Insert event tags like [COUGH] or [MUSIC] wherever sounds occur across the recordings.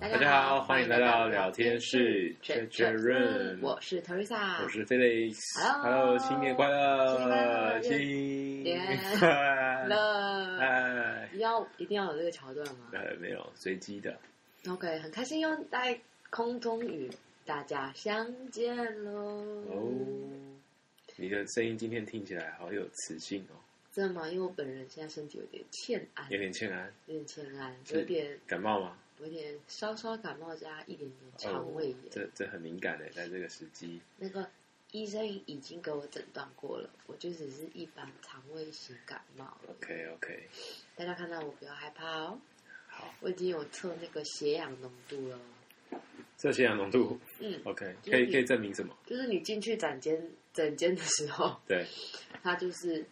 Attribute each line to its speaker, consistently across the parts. Speaker 1: 大
Speaker 2: 大家好，欢迎来到聊天室 c h a t Room，
Speaker 1: 我是 Teresa，
Speaker 2: 我是 Felix。
Speaker 1: 啊 Hello
Speaker 2: Hello，新年快乐，
Speaker 1: 新
Speaker 2: 新
Speaker 1: 年
Speaker 2: 快乐！
Speaker 1: 乐。
Speaker 2: 哎，
Speaker 1: 要一定要有这个桥段吗
Speaker 2: 呃，没有随机的，
Speaker 1: ？OK，很开心又在空中与大家相见喽。
Speaker 2: 哦，你的声音今天听起来好有磁性哦，
Speaker 1: 真的吗？因为我本人现在身体有点欠安，
Speaker 2: 有点欠安，
Speaker 1: 有点欠安，
Speaker 2: 是
Speaker 1: 有点
Speaker 2: 感冒吗？哦
Speaker 1: 有点稍稍感冒加一点点肠胃炎。
Speaker 2: 这这很敏感的，在这个时机，
Speaker 1: 那个医生已经给我诊断过了，我就只是一般肠胃型感冒。
Speaker 2: OK OK，
Speaker 1: 大家看到我不要害怕哦。
Speaker 2: 好，
Speaker 1: 我已经有测那个血氧浓度了。
Speaker 2: 这血氧浓度
Speaker 1: 嗯，
Speaker 2: OK，可以可以证明什么？
Speaker 1: 就是你进去诊间诊间的时候，
Speaker 2: 对
Speaker 1: 他就是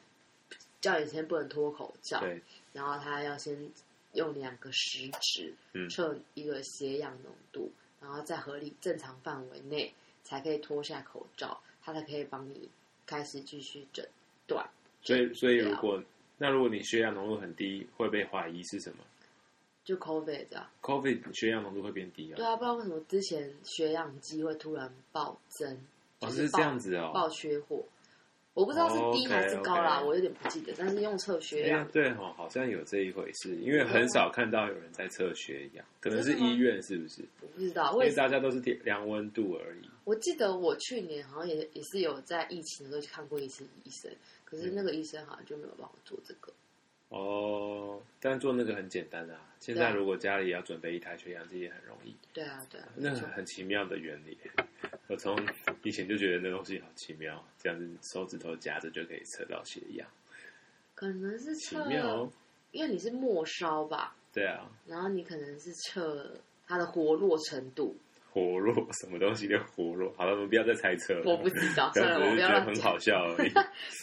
Speaker 1: 叫你先不能脱口罩，
Speaker 2: 对，
Speaker 1: 然后他要先用两个食指
Speaker 2: 嗯
Speaker 1: 测一个血氧浓度，然后在合理正常范围内才可以脱下口罩，他才可以帮你开始继续诊断。
Speaker 2: 所以所以如果那如果你血氧浓度很低，会被怀疑是什么？
Speaker 1: 就 COVID 这样，
Speaker 2: COVID 血氧浓度会变低
Speaker 1: 对
Speaker 2: 啊？
Speaker 1: 啊，不知道为什么之前血氧机会突然暴增，
Speaker 2: 哦，
Speaker 1: 就是爆
Speaker 2: 这样子哦。
Speaker 1: 报缺货，我不知道是低还是高啦
Speaker 2: OK，OK
Speaker 1: 我有点不记得。但是用测血
Speaker 2: 哎呀
Speaker 1: 氧，，
Speaker 2: 对哦，好像有这一回事，因为很少看到有人在测血氧，可能是医院是不是？
Speaker 1: 我不知道。
Speaker 2: 因
Speaker 1: 我也
Speaker 2: 为
Speaker 1: 是
Speaker 2: 大家都是量量温度而已。
Speaker 1: 我记得我去年好像也也是有在疫情的时候去看过一次医生，可
Speaker 2: 嗯
Speaker 1: 是那个医生好像就没有帮我做这个。
Speaker 2: 哦，但做那个很简单啊。现
Speaker 1: 对啊
Speaker 2: 在如果家里要准备一台血氧机也很容易，
Speaker 1: 对啊，对啊，
Speaker 2: 那
Speaker 1: 没错
Speaker 2: 很很奇妙的原理。我从以前就觉得那东西好奇妙，这样子手指头夹着就可以测到血氧，
Speaker 1: 可能是
Speaker 2: 奇
Speaker 1: 测，
Speaker 2: 妙哦。
Speaker 1: 因为你是末梢吧，
Speaker 2: [LAUGHS] 对啊，
Speaker 1: 然后你可能是测它的活络程度，
Speaker 2: 活络什么东西叫活络？好了，我们不要再猜测了。
Speaker 1: 我不知
Speaker 2: [LAUGHS]
Speaker 1: 道，
Speaker 2: 这
Speaker 1: 算了，我不要
Speaker 2: 样只嗯是觉得
Speaker 1: 乱
Speaker 2: 很
Speaker 1: 讲。
Speaker 2: 好笑而已，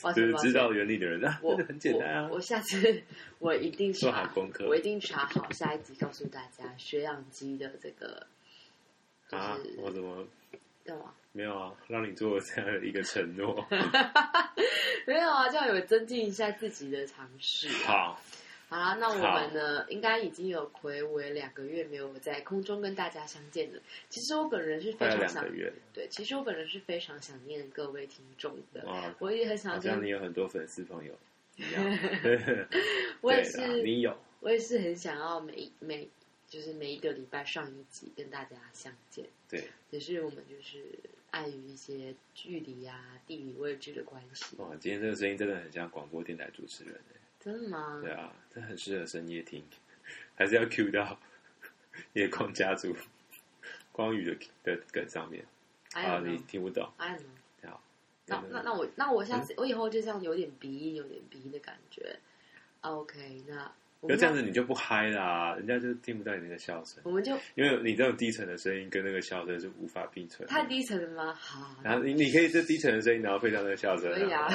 Speaker 1: 抱
Speaker 2: 就
Speaker 1: 歉
Speaker 2: 是
Speaker 1: 抱歉
Speaker 2: 知道原理的人啊，
Speaker 1: 我
Speaker 2: 真的 [LAUGHS] 很简单啊
Speaker 1: 我。我下次我一定查
Speaker 2: 做好功课
Speaker 1: 我一定查好下一集，告诉大家血氧机的这个就
Speaker 2: 啊，
Speaker 1: 是
Speaker 2: 我怎么
Speaker 1: 干嘛？
Speaker 2: 没有啊？让你做这样的一个承
Speaker 1: [LAUGHS]
Speaker 2: 诺，
Speaker 1: 没有啊，这样有增进一下自己的尝试。
Speaker 2: 好，
Speaker 1: 好啦，那我们呢，应该已经有暌违两个月没有在空中跟大家相见了。其实我本人是非
Speaker 2: 快要
Speaker 1: 常
Speaker 2: 两
Speaker 1: 想
Speaker 2: 个月了
Speaker 1: 对，其实我本人是非常想念各位听众的。
Speaker 2: 哇，
Speaker 1: 我也很想
Speaker 2: 好像
Speaker 1: 跟
Speaker 2: 你，有很多粉丝朋友一样，
Speaker 1: [LAUGHS] 我也
Speaker 2: 对
Speaker 1: 是
Speaker 2: 啦，你有，
Speaker 1: 我也是很想要每每就是每一个礼拜上一集跟大家相见。
Speaker 2: 对，
Speaker 1: 只是我们就是碍于一些距离啊、地理位置的关系。
Speaker 2: 哇，今天这个声音真的很像广播电台主持人欸，
Speaker 1: 真的吗？
Speaker 2: 对啊，这很适合深夜听， [LAUGHS] 还是要 Q 到 [LAUGHS] 夜光家族 [LAUGHS] 光宇的的梗上面啊，
Speaker 1: 哎
Speaker 2: 你
Speaker 1: 呢，
Speaker 2: 听不懂，
Speaker 1: 哎呢。
Speaker 2: 好，
Speaker 1: 那那那我那我
Speaker 2: 嗯
Speaker 1: 下次、我以后就这样有点鼻音，有点鼻音的感觉。OK，那啊我
Speaker 2: 那
Speaker 1: 们
Speaker 2: 这样子你就不嗨啦，人家就听不到你那个笑声。
Speaker 1: 我们就
Speaker 2: 因为你这种低沉的声音跟那个笑声是无法并存的。
Speaker 1: 太低沉了吗？好，
Speaker 2: 然后你你可以这低沉的声音，然后配上那个笑声、
Speaker 1: 可以
Speaker 2: [LAUGHS]
Speaker 1: 啊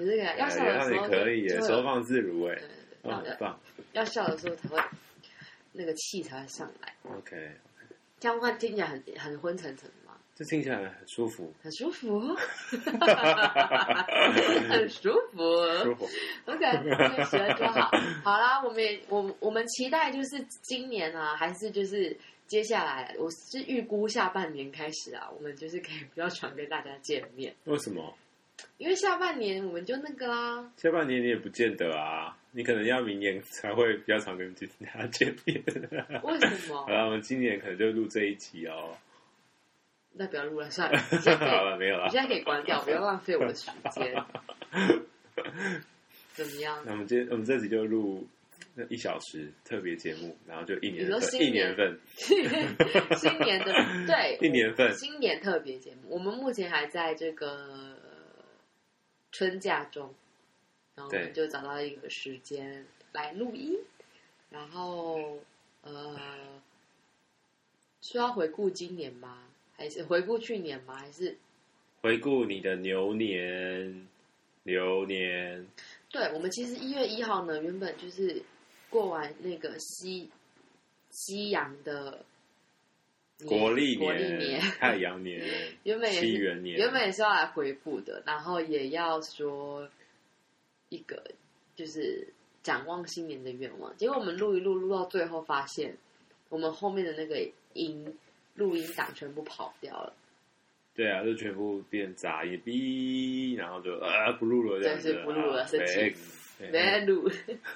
Speaker 1: 你这个要笑的
Speaker 2: 然后
Speaker 1: 时
Speaker 2: 哎你
Speaker 1: 候
Speaker 2: 可以耶，
Speaker 1: 就
Speaker 2: 收放自如哎
Speaker 1: 对，对对
Speaker 2: 哦，很
Speaker 1: 要
Speaker 2: 棒。
Speaker 1: 要笑的时候才会那个气才会上来，
Speaker 2: OK，
Speaker 1: 这样的话听起来很很昏沉沉嘛，
Speaker 2: 这听起来很舒服，
Speaker 1: 很舒
Speaker 2: [LAUGHS]
Speaker 1: 服， [LAUGHS] 很舒服。
Speaker 2: 舒服。 [LAUGHS]
Speaker 1: OK，那喜欢就好。好啦，我们也我我们期待就是今年啊，还是就是接下来，我是预估下半年开始啊，我们就是可以比较常跟大家见面，
Speaker 2: 为什么
Speaker 1: 因为下半年我们就那个
Speaker 2: [LAUGHS]
Speaker 1: 啦，
Speaker 2: 下半年你也不见得啊？你可能要明年才会比较常跟大家见面。
Speaker 1: 为什
Speaker 2: 好
Speaker 1: 么？
Speaker 2: 了，我们今年可能就录这一集哦。
Speaker 1: 那不要录了，算了，你现在可
Speaker 2: [LAUGHS] 好
Speaker 1: 以，
Speaker 2: 了，没有
Speaker 1: 你
Speaker 2: 了。
Speaker 1: 现在可以关掉，不要浪费我的时
Speaker 2: [LAUGHS]
Speaker 1: 间。怎么样？
Speaker 2: 那我们今天我们这集就录那一小时特别节目，然后就一年
Speaker 1: 你说
Speaker 2: 份
Speaker 1: 新
Speaker 2: 一
Speaker 1: 年
Speaker 2: 年份
Speaker 1: 新年
Speaker 2: [LAUGHS]
Speaker 1: 的对，
Speaker 2: 一年份
Speaker 1: 新年特别节目，我们目前还在这个春假中，然后我们
Speaker 2: 对
Speaker 1: 就找到一个时间来录音，然后呃，需要回顾今年吗？还是回顾去年吗？还是
Speaker 2: 回顾你的牛年，流年，
Speaker 1: 对我们其实一月一号呢，原本就是过完那个西西洋的年
Speaker 2: 国历
Speaker 1: 国历年，
Speaker 2: 太阳年，
Speaker 1: 原本也是
Speaker 2: 西元年，
Speaker 1: 原本也是要来回顾的，然后也要说一个就是展望新年的愿望。结果我们录一录，录到最后发现，我们后面的那个音录音档全部跑掉了，
Speaker 2: 对啊，就全部变杂音，哔，然后就啊不录了这样子，
Speaker 1: 对是不录了
Speaker 2: 啊
Speaker 1: 生气没
Speaker 2: 没没 [LAUGHS]
Speaker 1: 来录， [LAUGHS]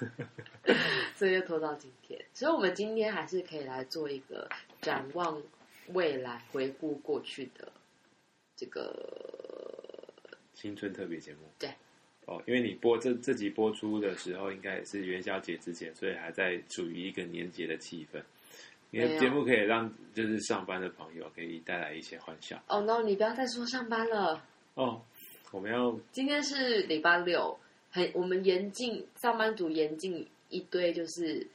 Speaker 1: 所以就拖到今天。所以我们今天还是可以来做一个展望未来、回顾过去的这个
Speaker 2: 新春特别节目。
Speaker 1: 对，
Speaker 2: 哦，因为你播这这集播出的时候，应该也是元宵节之前，所以还在处于一个年节的气氛。因
Speaker 1: 没
Speaker 2: 为
Speaker 1: 有
Speaker 2: 节目可以让就是上班的朋友可以带来一些欢笑。
Speaker 1: 哦、no！你不要再说上班了，
Speaker 2: 哦，我们要
Speaker 1: 今天是礼拜六，很我们严禁上班族严禁一堆就是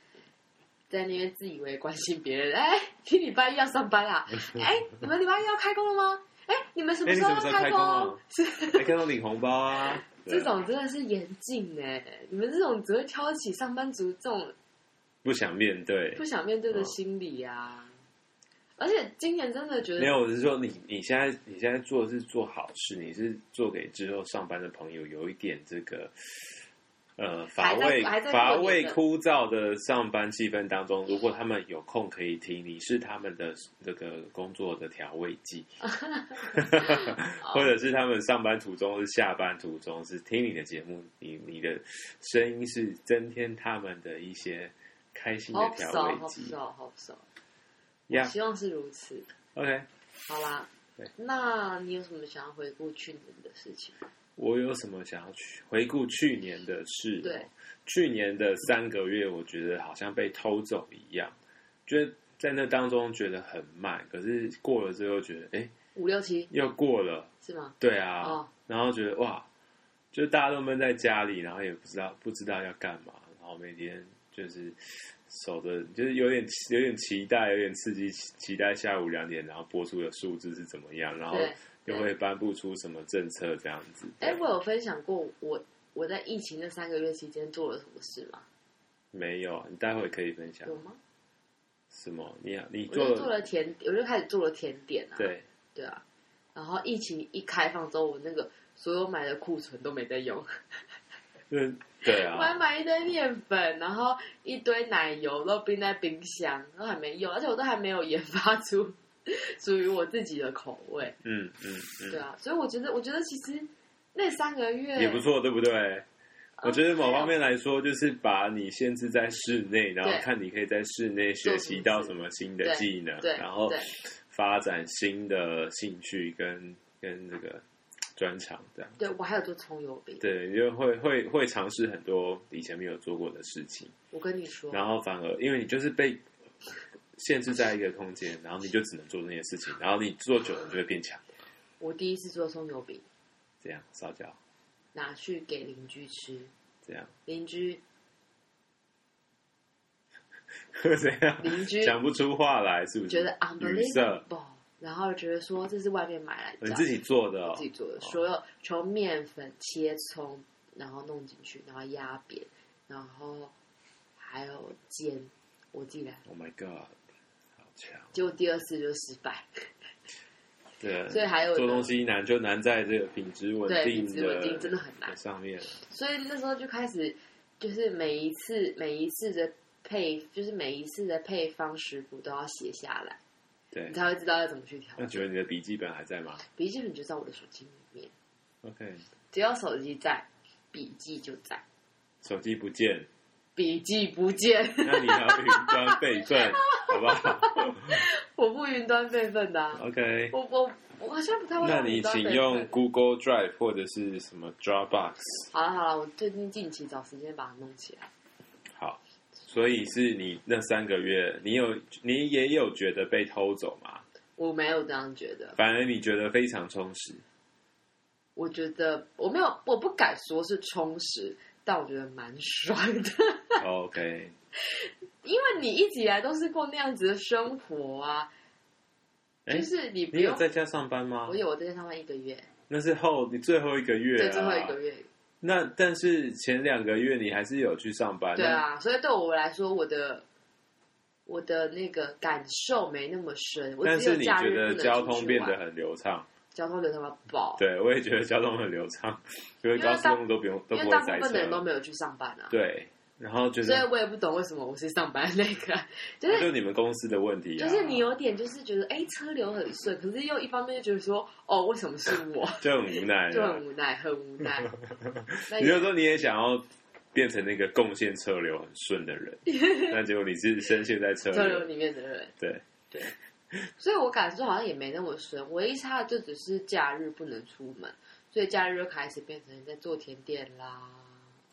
Speaker 1: 在那边自以为关心别人。哎， [LAUGHS] 你礼拜一要上班
Speaker 2: [LAUGHS]
Speaker 1: 啊？哎，你们礼拜一要开工了吗？哎，你们什么时候要
Speaker 2: 哎你什么时候开工啊
Speaker 1: 工？是
Speaker 2: 还看到领红包啊，
Speaker 1: [LAUGHS]
Speaker 2: 对
Speaker 1: 这种真的是严禁哎、你们这种只会挑起上班族这种
Speaker 2: 不想面对
Speaker 1: 不。想面对的心理啊。而且今年真的觉
Speaker 2: 哦没
Speaker 1: 得，
Speaker 2: 有，我是说你你现在你现在做的是做好事，你是做给之后上班的朋友有一点这个呃乏
Speaker 1: 还在
Speaker 2: 味
Speaker 1: 还在过
Speaker 2: 乏
Speaker 1: 年
Speaker 2: 味
Speaker 1: 的
Speaker 2: 枯燥的上班气氛当中，如果他们有空可以听，你是他们的这个工作的调味
Speaker 1: [LAUGHS]
Speaker 2: 剂，或者是他们上班途中是下班途中是听你的节目，你你的声音是增添他们的一些开心的
Speaker 1: 好不
Speaker 2: 调
Speaker 1: 熟，
Speaker 2: 味
Speaker 1: 好不
Speaker 2: 剂
Speaker 1: 熟，好不熟。
Speaker 2: 呀。
Speaker 1: 希望是如此。
Speaker 2: OK，
Speaker 1: 好啦
Speaker 2: 对，
Speaker 1: 那你有什么想要回顾去年的事情？
Speaker 2: 我有什么想要去回顾去年的事？
Speaker 1: 对，
Speaker 2: 去年的三个月，我觉得好像被偷走一样，觉得在那当中觉得很慢，可是过了之后觉得，哎、
Speaker 1: 五六七
Speaker 2: 又过了，
Speaker 1: 是吗？
Speaker 2: 对啊，
Speaker 1: 哦
Speaker 2: 然后觉得哇，就大家都闷在家里，然后也不知道不知道要干嘛，然后每天就是守着，就是有点有点期待，有点刺激，期待下午两点，然后播出的数字是怎么样，然后
Speaker 1: 对，
Speaker 2: 又会颁布出什么政策这样子。
Speaker 1: 哎、我有分享过我我在疫情那三个月期间做了什么事吗？
Speaker 2: 没有，你待会可以分享
Speaker 1: 有吗？
Speaker 2: 什么？你你
Speaker 1: 我
Speaker 2: 做
Speaker 1: 就做了甜，我就开始做了甜点啊。
Speaker 2: 对，
Speaker 1: 对啊，然后疫情一开放之后，我那个所有买的库存都没在用，
Speaker 2: 啊嗯，对
Speaker 1: 我还
Speaker 2: 啊，
Speaker 1: 买一堆面粉，然后一堆奶油都冰在冰箱，都还没用，而且我都还没有研发出属于我自己的口味。
Speaker 2: 嗯嗯
Speaker 1: 对
Speaker 2: 嗯，
Speaker 1: 啊，所以我觉得，我觉得其实那三个月
Speaker 2: 也不错，对不对？
Speaker 1: 嗯
Speaker 2: 我觉得某方
Speaker 1: 对啊
Speaker 2: 面来说，就是把你限制在室内，然后
Speaker 1: 对
Speaker 2: 看你可以在室内学习到什么新的技能，
Speaker 1: 对，
Speaker 2: 然后
Speaker 1: 对
Speaker 2: 发展新的兴趣跟跟这个专长，这样
Speaker 1: 对，我还有做葱油饼。
Speaker 2: 对，你就会会会尝试很多以前没有做过的事情。
Speaker 1: 我跟你说，
Speaker 2: 然后反而因为你就是被限制在一个空间，然后你就只能做那些事情，然后你做久了你就会变强。
Speaker 1: 我第一次做葱油饼，
Speaker 2: 这样烧焦，
Speaker 1: 拿去给邻居吃，
Speaker 2: 这样 [LAUGHS]
Speaker 1: 邻居
Speaker 2: 这样
Speaker 1: 邻居
Speaker 2: 讲不出话来，是不是？
Speaker 1: 觉得啊
Speaker 2: 语塞，
Speaker 1: unbelievable，然后觉得说这是外面买来的，
Speaker 2: 你自己做的、
Speaker 1: 我
Speaker 2: 哦
Speaker 1: 自，己做的，所有从面粉切葱，然后弄进去，然后压扁，然后还有煎，我自己来。
Speaker 2: Oh my god，好强！
Speaker 1: 结果第二次就失败，
Speaker 2: 对，
Speaker 1: 所以还有
Speaker 2: 嗯做东西难就难在这个品质稳
Speaker 1: 对
Speaker 2: 定
Speaker 1: 品质
Speaker 2: 的
Speaker 1: 稳定真的很难，
Speaker 2: 上面。
Speaker 1: 所以那时候就开始，就是每一次每一次的配，就是每一次的配方食谱都要写下来，
Speaker 2: 对
Speaker 1: 你，才会知道要怎么去调
Speaker 2: 那请
Speaker 1: 整。
Speaker 2: 问你的笔记本还在吗
Speaker 1: 笔记本就在我的手机里面，
Speaker 2: ？OK，
Speaker 1: 只要手机在，笔记就在，
Speaker 2: 手机不
Speaker 1: [LAUGHS]
Speaker 2: 见，
Speaker 1: 笔记不见。 [LAUGHS]
Speaker 2: 那你要云端备份，好不好
Speaker 1: 我不云端备份的、啊，
Speaker 2: ？OK，
Speaker 1: 我我我好像不太会
Speaker 2: 哦那
Speaker 1: 用
Speaker 2: 你
Speaker 1: 云端备
Speaker 2: 请
Speaker 1: 份。
Speaker 2: 用 Google Drive 或者是什么 Dropbox。
Speaker 1: 好了好了，我最近近期找时间把它弄起来。
Speaker 2: 好，所以是你那三个月，你有你也有觉得被偷走吗？
Speaker 1: 我没有这样觉得，
Speaker 2: 反而你觉得非常充
Speaker 1: [LAUGHS]
Speaker 2: 实，
Speaker 1: 我觉得我没有，我不敢说是充实，但我觉得蛮 [LAUGHS] 爽的，
Speaker 2: OK，
Speaker 1: 因为你一直以来都是过那样子的生活啊，
Speaker 2: 哎
Speaker 1: 就是你不
Speaker 2: 你有
Speaker 1: 用。
Speaker 2: 在家上班吗
Speaker 1: 我？有我在家上班一个月，
Speaker 2: 那是后你最后一个月、啊，
Speaker 1: 对，最后一个月，
Speaker 2: 那但是前两个月你还是有去上班，
Speaker 1: 对啊，所以对我来说，我的我的那个感受没那么深，我
Speaker 2: 那。但
Speaker 1: 只
Speaker 2: 是
Speaker 1: 有
Speaker 2: 你
Speaker 1: 假
Speaker 2: 觉
Speaker 1: 日
Speaker 2: 得
Speaker 1: 不能
Speaker 2: 交
Speaker 1: 出
Speaker 2: 通
Speaker 1: 去
Speaker 2: 变
Speaker 1: 玩
Speaker 2: 得很流畅，
Speaker 1: 交通流他妈爆，
Speaker 2: 对我也觉得交通很流畅，因为
Speaker 1: 因为
Speaker 2: 高速
Speaker 1: 大
Speaker 2: 公路都不用都
Speaker 1: 因
Speaker 2: 不
Speaker 1: 为
Speaker 2: 会
Speaker 1: 大部
Speaker 2: 塞
Speaker 1: 分的人都
Speaker 2: 车，
Speaker 1: 没有去上班啊。
Speaker 2: 对，然后觉
Speaker 1: 所以
Speaker 2: 得
Speaker 1: 我也不懂为什么我是上班那个， [LAUGHS] 就
Speaker 2: 那
Speaker 1: 是
Speaker 2: 就你们公司的问题、啊，
Speaker 1: 就是你有点就是觉得哎、车流很顺，可是又一方面就觉得说哦为什么是我，
Speaker 2: 就很无奈、
Speaker 1: 就
Speaker 2: 啊
Speaker 1: 很。无奈，很无
Speaker 2: [LAUGHS]
Speaker 1: 奈。那
Speaker 2: 你就说你也想要变成那个贡献车流很顺
Speaker 1: [LAUGHS]
Speaker 2: 的人，那结果你是深陷在车
Speaker 1: 车流
Speaker 2: 流，
Speaker 1: 里面的人，
Speaker 2: 对，
Speaker 1: 所以我感受好像也没那么顺，唯一差的就只是假日不能出门，所以假日就开始变成在做甜点啦，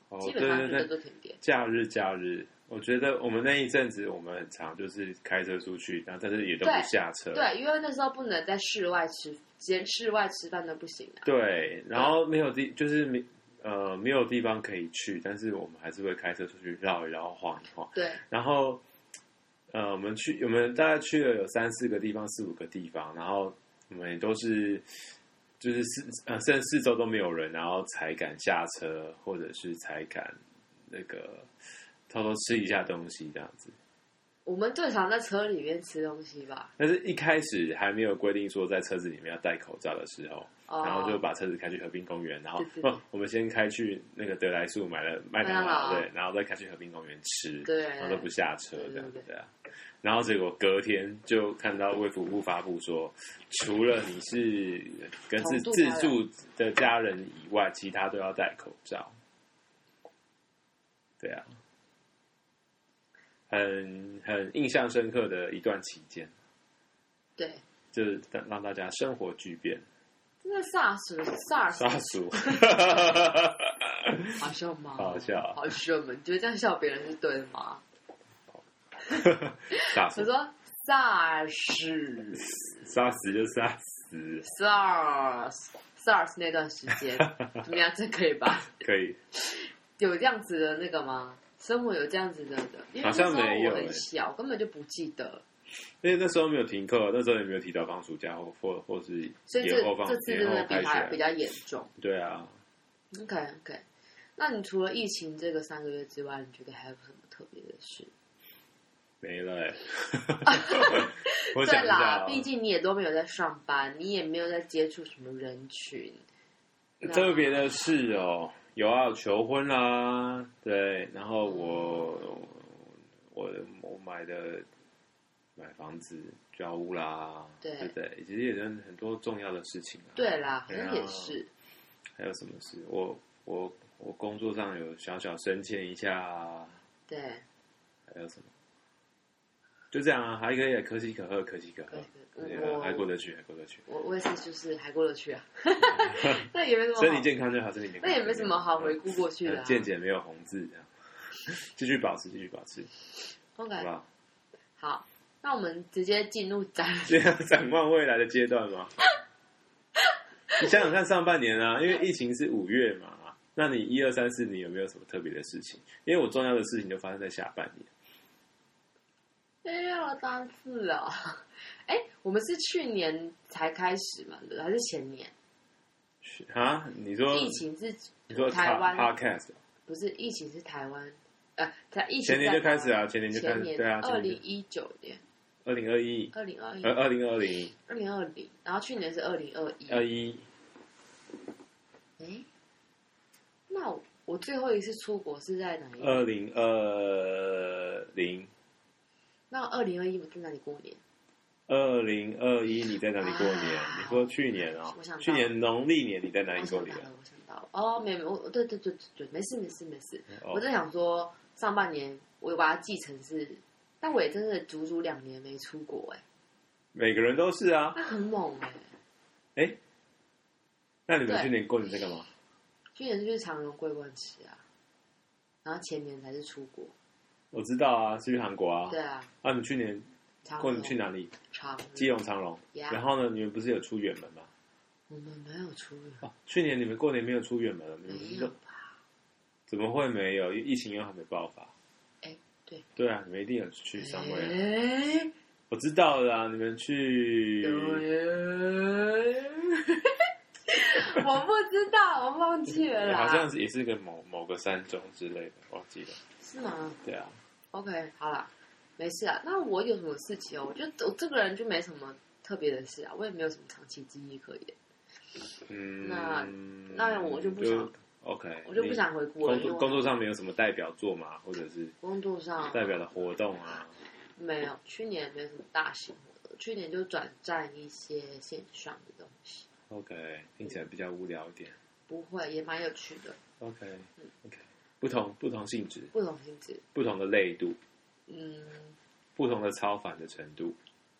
Speaker 2: 哦，
Speaker 1: 基
Speaker 2: 对
Speaker 1: 本上
Speaker 2: 对
Speaker 1: 就在
Speaker 2: 对，
Speaker 1: 做甜点。
Speaker 2: 假日假日，我觉得我们那一阵子我们很常就是开车出去，然后但是也都不
Speaker 1: 对
Speaker 2: 下车，
Speaker 1: 对，因为那时候不能在室外吃，连室外吃饭都不行啊。
Speaker 2: 对，然后没有地就是没呃没有地方可以去，但是我们还是会开车出去绕一绕晃一晃，
Speaker 1: 对，
Speaker 2: 然后呃我们去我们大概去了有三四个地方四五个地方，然后我们也都是。就是四呃，甚至四周都没有人，然后才敢下车，或者是才敢那个偷偷吃一下东西这样子。
Speaker 1: 我们最常在车里面吃东西吧。
Speaker 2: 但是一开始还没有规定说在车子里面要戴口罩的时候，
Speaker 1: 哦、
Speaker 2: 然后就把车子开去和平公园，然后
Speaker 1: 对对对
Speaker 2: 哦，我们先开去那个德莱树买了麦当
Speaker 1: 麦当
Speaker 2: 劳，
Speaker 1: 劳
Speaker 2: 对，然后再开去和平公园吃，
Speaker 1: 对
Speaker 2: 然后都不下车
Speaker 1: 对对
Speaker 2: 这样子
Speaker 1: 对
Speaker 2: 对啊。然后结果隔天就看到卫福部发布说，除了你是跟自
Speaker 1: 同住
Speaker 2: 自
Speaker 1: 家人
Speaker 2: 住的家人以外，其他都要戴口罩。对啊，很很印象深刻的一段期间，
Speaker 1: 对，
Speaker 2: 就是让让大家生活巨
Speaker 1: [LAUGHS]
Speaker 2: 变，
Speaker 1: 真的啊 SARS SARS
Speaker 2: 杀 [LAUGHS] 熟。
Speaker 1: 好笑吗？
Speaker 2: 好笑
Speaker 1: 好笑吗？你觉得这样笑别人是对的吗？
Speaker 2: 杀
Speaker 1: 我
Speaker 2: 死，
Speaker 1: 说 SARS
Speaker 2: [LAUGHS] 杀死就杀死，
Speaker 1: SARS SARS 那段时
Speaker 2: [LAUGHS]
Speaker 1: 间怎么样？这可以吧？
Speaker 2: 可以。
Speaker 1: 有这样子的那个吗？生活有这样子的的，因为
Speaker 2: 好
Speaker 1: 那时
Speaker 2: 像
Speaker 1: 候
Speaker 2: 没有
Speaker 1: 我
Speaker 2: 欸
Speaker 1: 很小，根本就不记得，
Speaker 2: 因为那时候没有停课，那时候也没有提到放暑假或或或是
Speaker 1: 所以这
Speaker 2: 延后放
Speaker 1: 这次
Speaker 2: 延
Speaker 1: 真的
Speaker 2: 后
Speaker 1: 比
Speaker 2: 开啊
Speaker 1: 他比
Speaker 2: 学。
Speaker 1: 较严重。
Speaker 2: 对啊，
Speaker 1: OK OK，那你除了疫情这个三个月之外，你觉得还有什么特别的事？
Speaker 2: 没了、
Speaker 1: [LAUGHS]
Speaker 2: 欸。 [LAUGHS] 我想
Speaker 1: 对
Speaker 2: 一下
Speaker 1: 啦
Speaker 2: 哦、，
Speaker 1: 毕竟你也都没有在上班，你也没有在接触什么人群。那
Speaker 2: 特别的事哦，有啊，有求婚啦，对，然后我我我买的买房子交屋啦，
Speaker 1: 对
Speaker 2: 对不对？其实也是很多重要的事情啊。
Speaker 1: 对啦，好
Speaker 2: 对啊
Speaker 1: 像也是。
Speaker 2: 还有什么事？我我我工作上有小小升迁一下啊，
Speaker 1: 对，
Speaker 2: 还有什么？就这样啊，还可以，可喜可贺，可喜可贺，对
Speaker 1: 嗯
Speaker 2: 啊还过
Speaker 1: 我
Speaker 2: 得去，还过得去，
Speaker 1: 我我也是，就是还过得去
Speaker 2: [LAUGHS]
Speaker 1: 啊。那也没什么好，
Speaker 2: 身体健康就好，身体健康。
Speaker 1: 那也没什么好回顾过去的、
Speaker 2: 嗯
Speaker 1: 啊。
Speaker 2: 健检没有红字，这样继续保持，继续保持，好不
Speaker 1: OK，
Speaker 2: 好？
Speaker 1: 好，那我们直接进入展览。
Speaker 2: 这样展望未来的阶段吗？你想想看，上半年啊，因为疫情是五月嘛，那你一二三四，你有没有什么特别的事情？因为我重要的事情就发生在下半年。
Speaker 1: [LAUGHS] 哎呀，当次啊！ [LAUGHS] 哎，我们是去年才开始嘛，对不对还是前年？
Speaker 2: 啊，你说
Speaker 1: 疫情是
Speaker 2: 你说啊
Speaker 1: 台湾
Speaker 2: pod- podcast
Speaker 1: 不是疫情是台湾？呃，台疫情
Speaker 2: 前年就
Speaker 1: 在台
Speaker 2: 开
Speaker 1: 湾
Speaker 2: 始，啊，前年就开
Speaker 1: 前
Speaker 2: 始，
Speaker 1: 年
Speaker 2: 对啊，
Speaker 1: 二零一九年、
Speaker 2: 二零二一，
Speaker 1: 二零二一
Speaker 2: 呃，、二零二零
Speaker 1: 二零二零，然后去年是二零二一。
Speaker 2: 二一，
Speaker 1: 哎，那我我最后一次出国是在哪一年？
Speaker 2: 二零二零
Speaker 1: 那二零二一我在哪里过年？
Speaker 2: 二零二一，你在哪里过年？
Speaker 1: 啊
Speaker 2: 你说去年哦
Speaker 1: 我想，到
Speaker 2: 去年农历年你在哪
Speaker 1: 我
Speaker 2: 里过
Speaker 1: 想到
Speaker 2: 年？啊
Speaker 1: 了，我想到了。哦，没有没有，我对对对对对，没事没事没事。我
Speaker 2: 哦，
Speaker 1: 在想说，上半年我把它继承是，但我也真的足足两年没出国哎、
Speaker 2: 每个人都是啊。
Speaker 1: 那很猛哎、
Speaker 2: 那你们
Speaker 1: 对
Speaker 2: 去年过年在干嘛？
Speaker 1: 去年是去长荣桂冠旗啊，然后前年才是出国。
Speaker 2: 我知道啊，是去韩国啊
Speaker 1: 对。啊，
Speaker 2: 啊，你们去年
Speaker 1: 长啊
Speaker 2: 过
Speaker 1: 荣
Speaker 2: 年去哪里？
Speaker 1: 长荣
Speaker 2: 基隆啊长隆。
Speaker 1: 呀
Speaker 2: 然后呢，你们不是有出远门吗？
Speaker 1: 我们没有出国，
Speaker 2: 哦，去年你们过年没有出远门了，你们不
Speaker 1: 没
Speaker 2: 是
Speaker 1: 有
Speaker 2: 都
Speaker 1: 吧？
Speaker 2: 怎么会没有？疫情又还没爆发。
Speaker 1: 哎对。
Speaker 2: 对啊，你们一定有去上啊位、
Speaker 1: 哎
Speaker 2: 我知道啦、你们去
Speaker 1: [LAUGHS] 我不知道，我忘记了啦。
Speaker 2: 好像是也是个某某个山中之类的，忘记了。
Speaker 1: 是吗
Speaker 2: 对啊，
Speaker 1: ？OK，好啦，没事啊。那我有什么事情哦？我就我这个人就没什么特别的事啊，我也没有什么长期记忆可言。
Speaker 2: 嗯，
Speaker 1: 那那我就不想
Speaker 2: OK，
Speaker 1: 我就不想回
Speaker 2: 你
Speaker 1: 顾了。因
Speaker 2: 工
Speaker 1: 为
Speaker 2: 作
Speaker 1: 我
Speaker 2: 工作上面有什么代表作吗？或者是
Speaker 1: 工作上
Speaker 2: 代表的活动啊？
Speaker 1: 没有，去年没什么大型活动，去年就转战一些线上的东西，
Speaker 2: OK，听起来比较无聊一点。
Speaker 1: 不会也蛮有趣的，
Speaker 2: OK
Speaker 1: 嗯
Speaker 2: OK，不同不同性质、
Speaker 1: 不同性质。
Speaker 2: 不同的累度、
Speaker 1: 嗯，
Speaker 2: 不同的超凡的程度。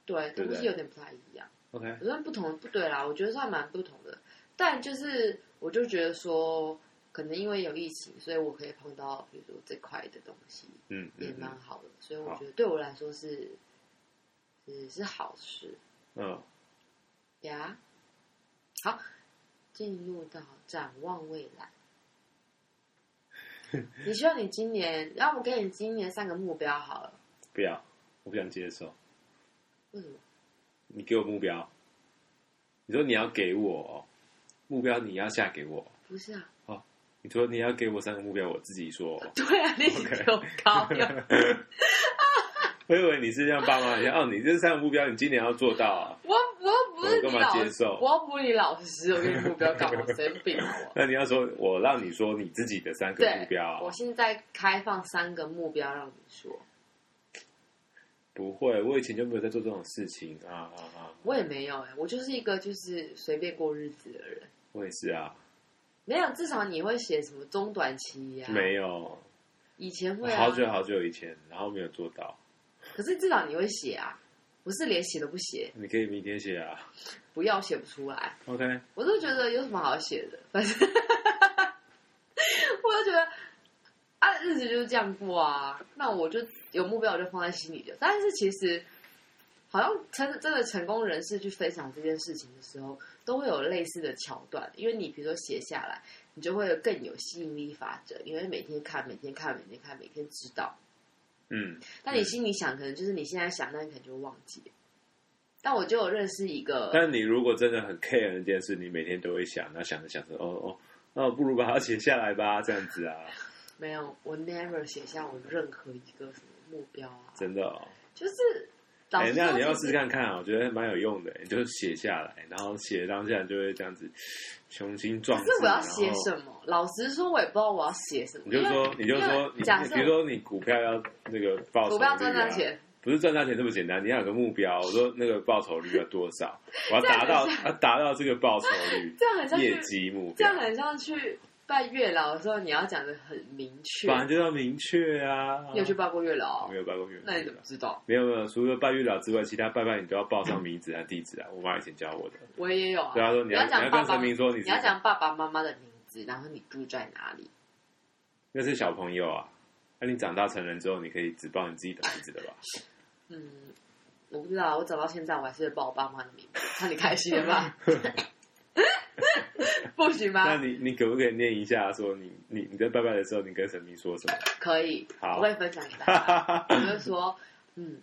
Speaker 1: 对，
Speaker 2: 对不
Speaker 1: 东西
Speaker 2: 对
Speaker 1: 有点不太一样。
Speaker 2: OK，嗯
Speaker 1: 我觉得不同不对啦，我觉得算蛮不同的。但就是我就觉得说，可能因为有疫情，所以我可以碰到比如说这块的东西
Speaker 2: 嗯
Speaker 1: 也
Speaker 2: 嗯
Speaker 1: 蛮
Speaker 2: 嗯
Speaker 1: 好的，所以我
Speaker 2: 好
Speaker 1: 觉得对我来说是是是好事
Speaker 2: 嗯，
Speaker 1: 呀。好，进入到展望未来。你希望你今年，让我给你今年三个目标好了。
Speaker 2: 不要，我不想接受。
Speaker 1: 为什么？
Speaker 2: 你给我目标，你说你要给我、哦、目标，你要下给我。
Speaker 1: 不是啊， [LAUGHS]
Speaker 2: 你说你要给我三个目标，我自己说、哦。
Speaker 1: 对啊，你
Speaker 2: OK
Speaker 1: 有高有
Speaker 2: 我以为你是像爸
Speaker 1: [LAUGHS]
Speaker 2: 妈一样，哦，你这三个目标，你今年要做到啊。
Speaker 1: 我我不是
Speaker 2: 我
Speaker 1: 你
Speaker 2: 干嘛
Speaker 1: 老
Speaker 2: 接
Speaker 1: 师
Speaker 2: 受，
Speaker 1: 我又不是你老师，我给你目标
Speaker 2: [LAUGHS]
Speaker 1: 干嘛？神经病啊我！
Speaker 2: 那你要说，我让你说你自己的三个
Speaker 1: 对
Speaker 2: 目标啊、
Speaker 1: 我现在开放三个目标让你说，
Speaker 2: 不会，我以前就没有在做这种事情啊啊啊！
Speaker 1: 我也没有哎、我就是一个就是随便过日子的人，
Speaker 2: 我也是啊，
Speaker 1: 没有，至少你会写什么中短期呀、
Speaker 2: 没有，
Speaker 1: 以前会啊
Speaker 2: 好，久好久以前，然后没有做到。
Speaker 1: 可是至少你会写啊，我是连写都不写，
Speaker 2: 你可以明天写啊
Speaker 1: 不要写不出来，
Speaker 2: ，OK？
Speaker 1: 我都觉得有什么好写的，反正我就觉得啊，日子就是这样过啊。那我就有目标，我就放在心里的。但是其实，好像真真的成功人士去分享这件事情的时候，都会有类似的桥段，因为你比如说写下来，你就会有更有吸引力法则，因为每天看，每天看，每天看，每天知道。
Speaker 2: 嗯，
Speaker 1: 但你心里想，可能就是你现在想，那你可能就忘记了。但我就有认识一个，
Speaker 2: 但你如果真的很 care 那件事，你每天都会想，那想着想着，哦哦，那不如把它写下来吧，这样子
Speaker 1: [LAUGHS]
Speaker 2: 啊，
Speaker 1: 没有，我 never 写下我任何一个什么目标啊，
Speaker 2: 真的哦。
Speaker 1: 就是老
Speaker 2: 哎、
Speaker 1: 师、
Speaker 2: 那你要试试，看看啊，我觉得蛮有用的，你就写下来，然后写当下就会这样子雄心壮
Speaker 1: 可
Speaker 2: 志。
Speaker 1: 是我要写什
Speaker 2: 么？
Speaker 1: 么？老实说，我也不知道我要写什么。
Speaker 2: 你就说，你就
Speaker 1: 因
Speaker 2: 说
Speaker 1: 为，
Speaker 2: 你
Speaker 1: 假设
Speaker 2: 比如说你股票要那个报酬
Speaker 1: 我
Speaker 2: 率
Speaker 1: 不
Speaker 2: 啊
Speaker 1: 要赚大钱，
Speaker 2: 不是赚大钱这么简单，你要有个目标。我说那个报酬率要多
Speaker 1: [LAUGHS]
Speaker 2: 少？我要达到
Speaker 1: 这样，
Speaker 2: 要达到这个报酬率
Speaker 1: [LAUGHS] 这样很像
Speaker 2: 业
Speaker 1: 去，
Speaker 2: 绩目
Speaker 1: 这
Speaker 2: 标
Speaker 1: 样，很像去拜月老的时候，你要讲的很明确。
Speaker 2: 反正就要明确啊。
Speaker 1: 你有去拜过月老哦
Speaker 2: 没？有拜过月老？
Speaker 1: 那你怎么知道？
Speaker 2: 没有没有，除了拜月老之外，其他拜拜你都要报上名字和地址啊。我妈以前教我的，
Speaker 1: 我也有啊。
Speaker 2: 对她说你要
Speaker 1: 要讲
Speaker 2: 要
Speaker 1: 爸
Speaker 2: 跟
Speaker 1: 爸，
Speaker 2: 神明
Speaker 1: 你
Speaker 2: 说你是
Speaker 1: 要讲爸爸妈妈的名字，然后你住在哪里？
Speaker 2: 那是小朋友啊。那你长大成人之后，你可以只报你自己的名字
Speaker 1: [LAUGHS]
Speaker 2: 的吧？
Speaker 1: 嗯，我不知道，我找到现在我还是报我爸妈的名字，那你开心了
Speaker 2: [LAUGHS]
Speaker 1: 吧？不行吗？
Speaker 2: 那你你可不可以念一下，说你你你在拜拜的时候，你跟神明说什么？
Speaker 1: 可以，
Speaker 2: 好
Speaker 1: 我会分享给大
Speaker 2: [LAUGHS]
Speaker 1: 家。我就会说，嗯，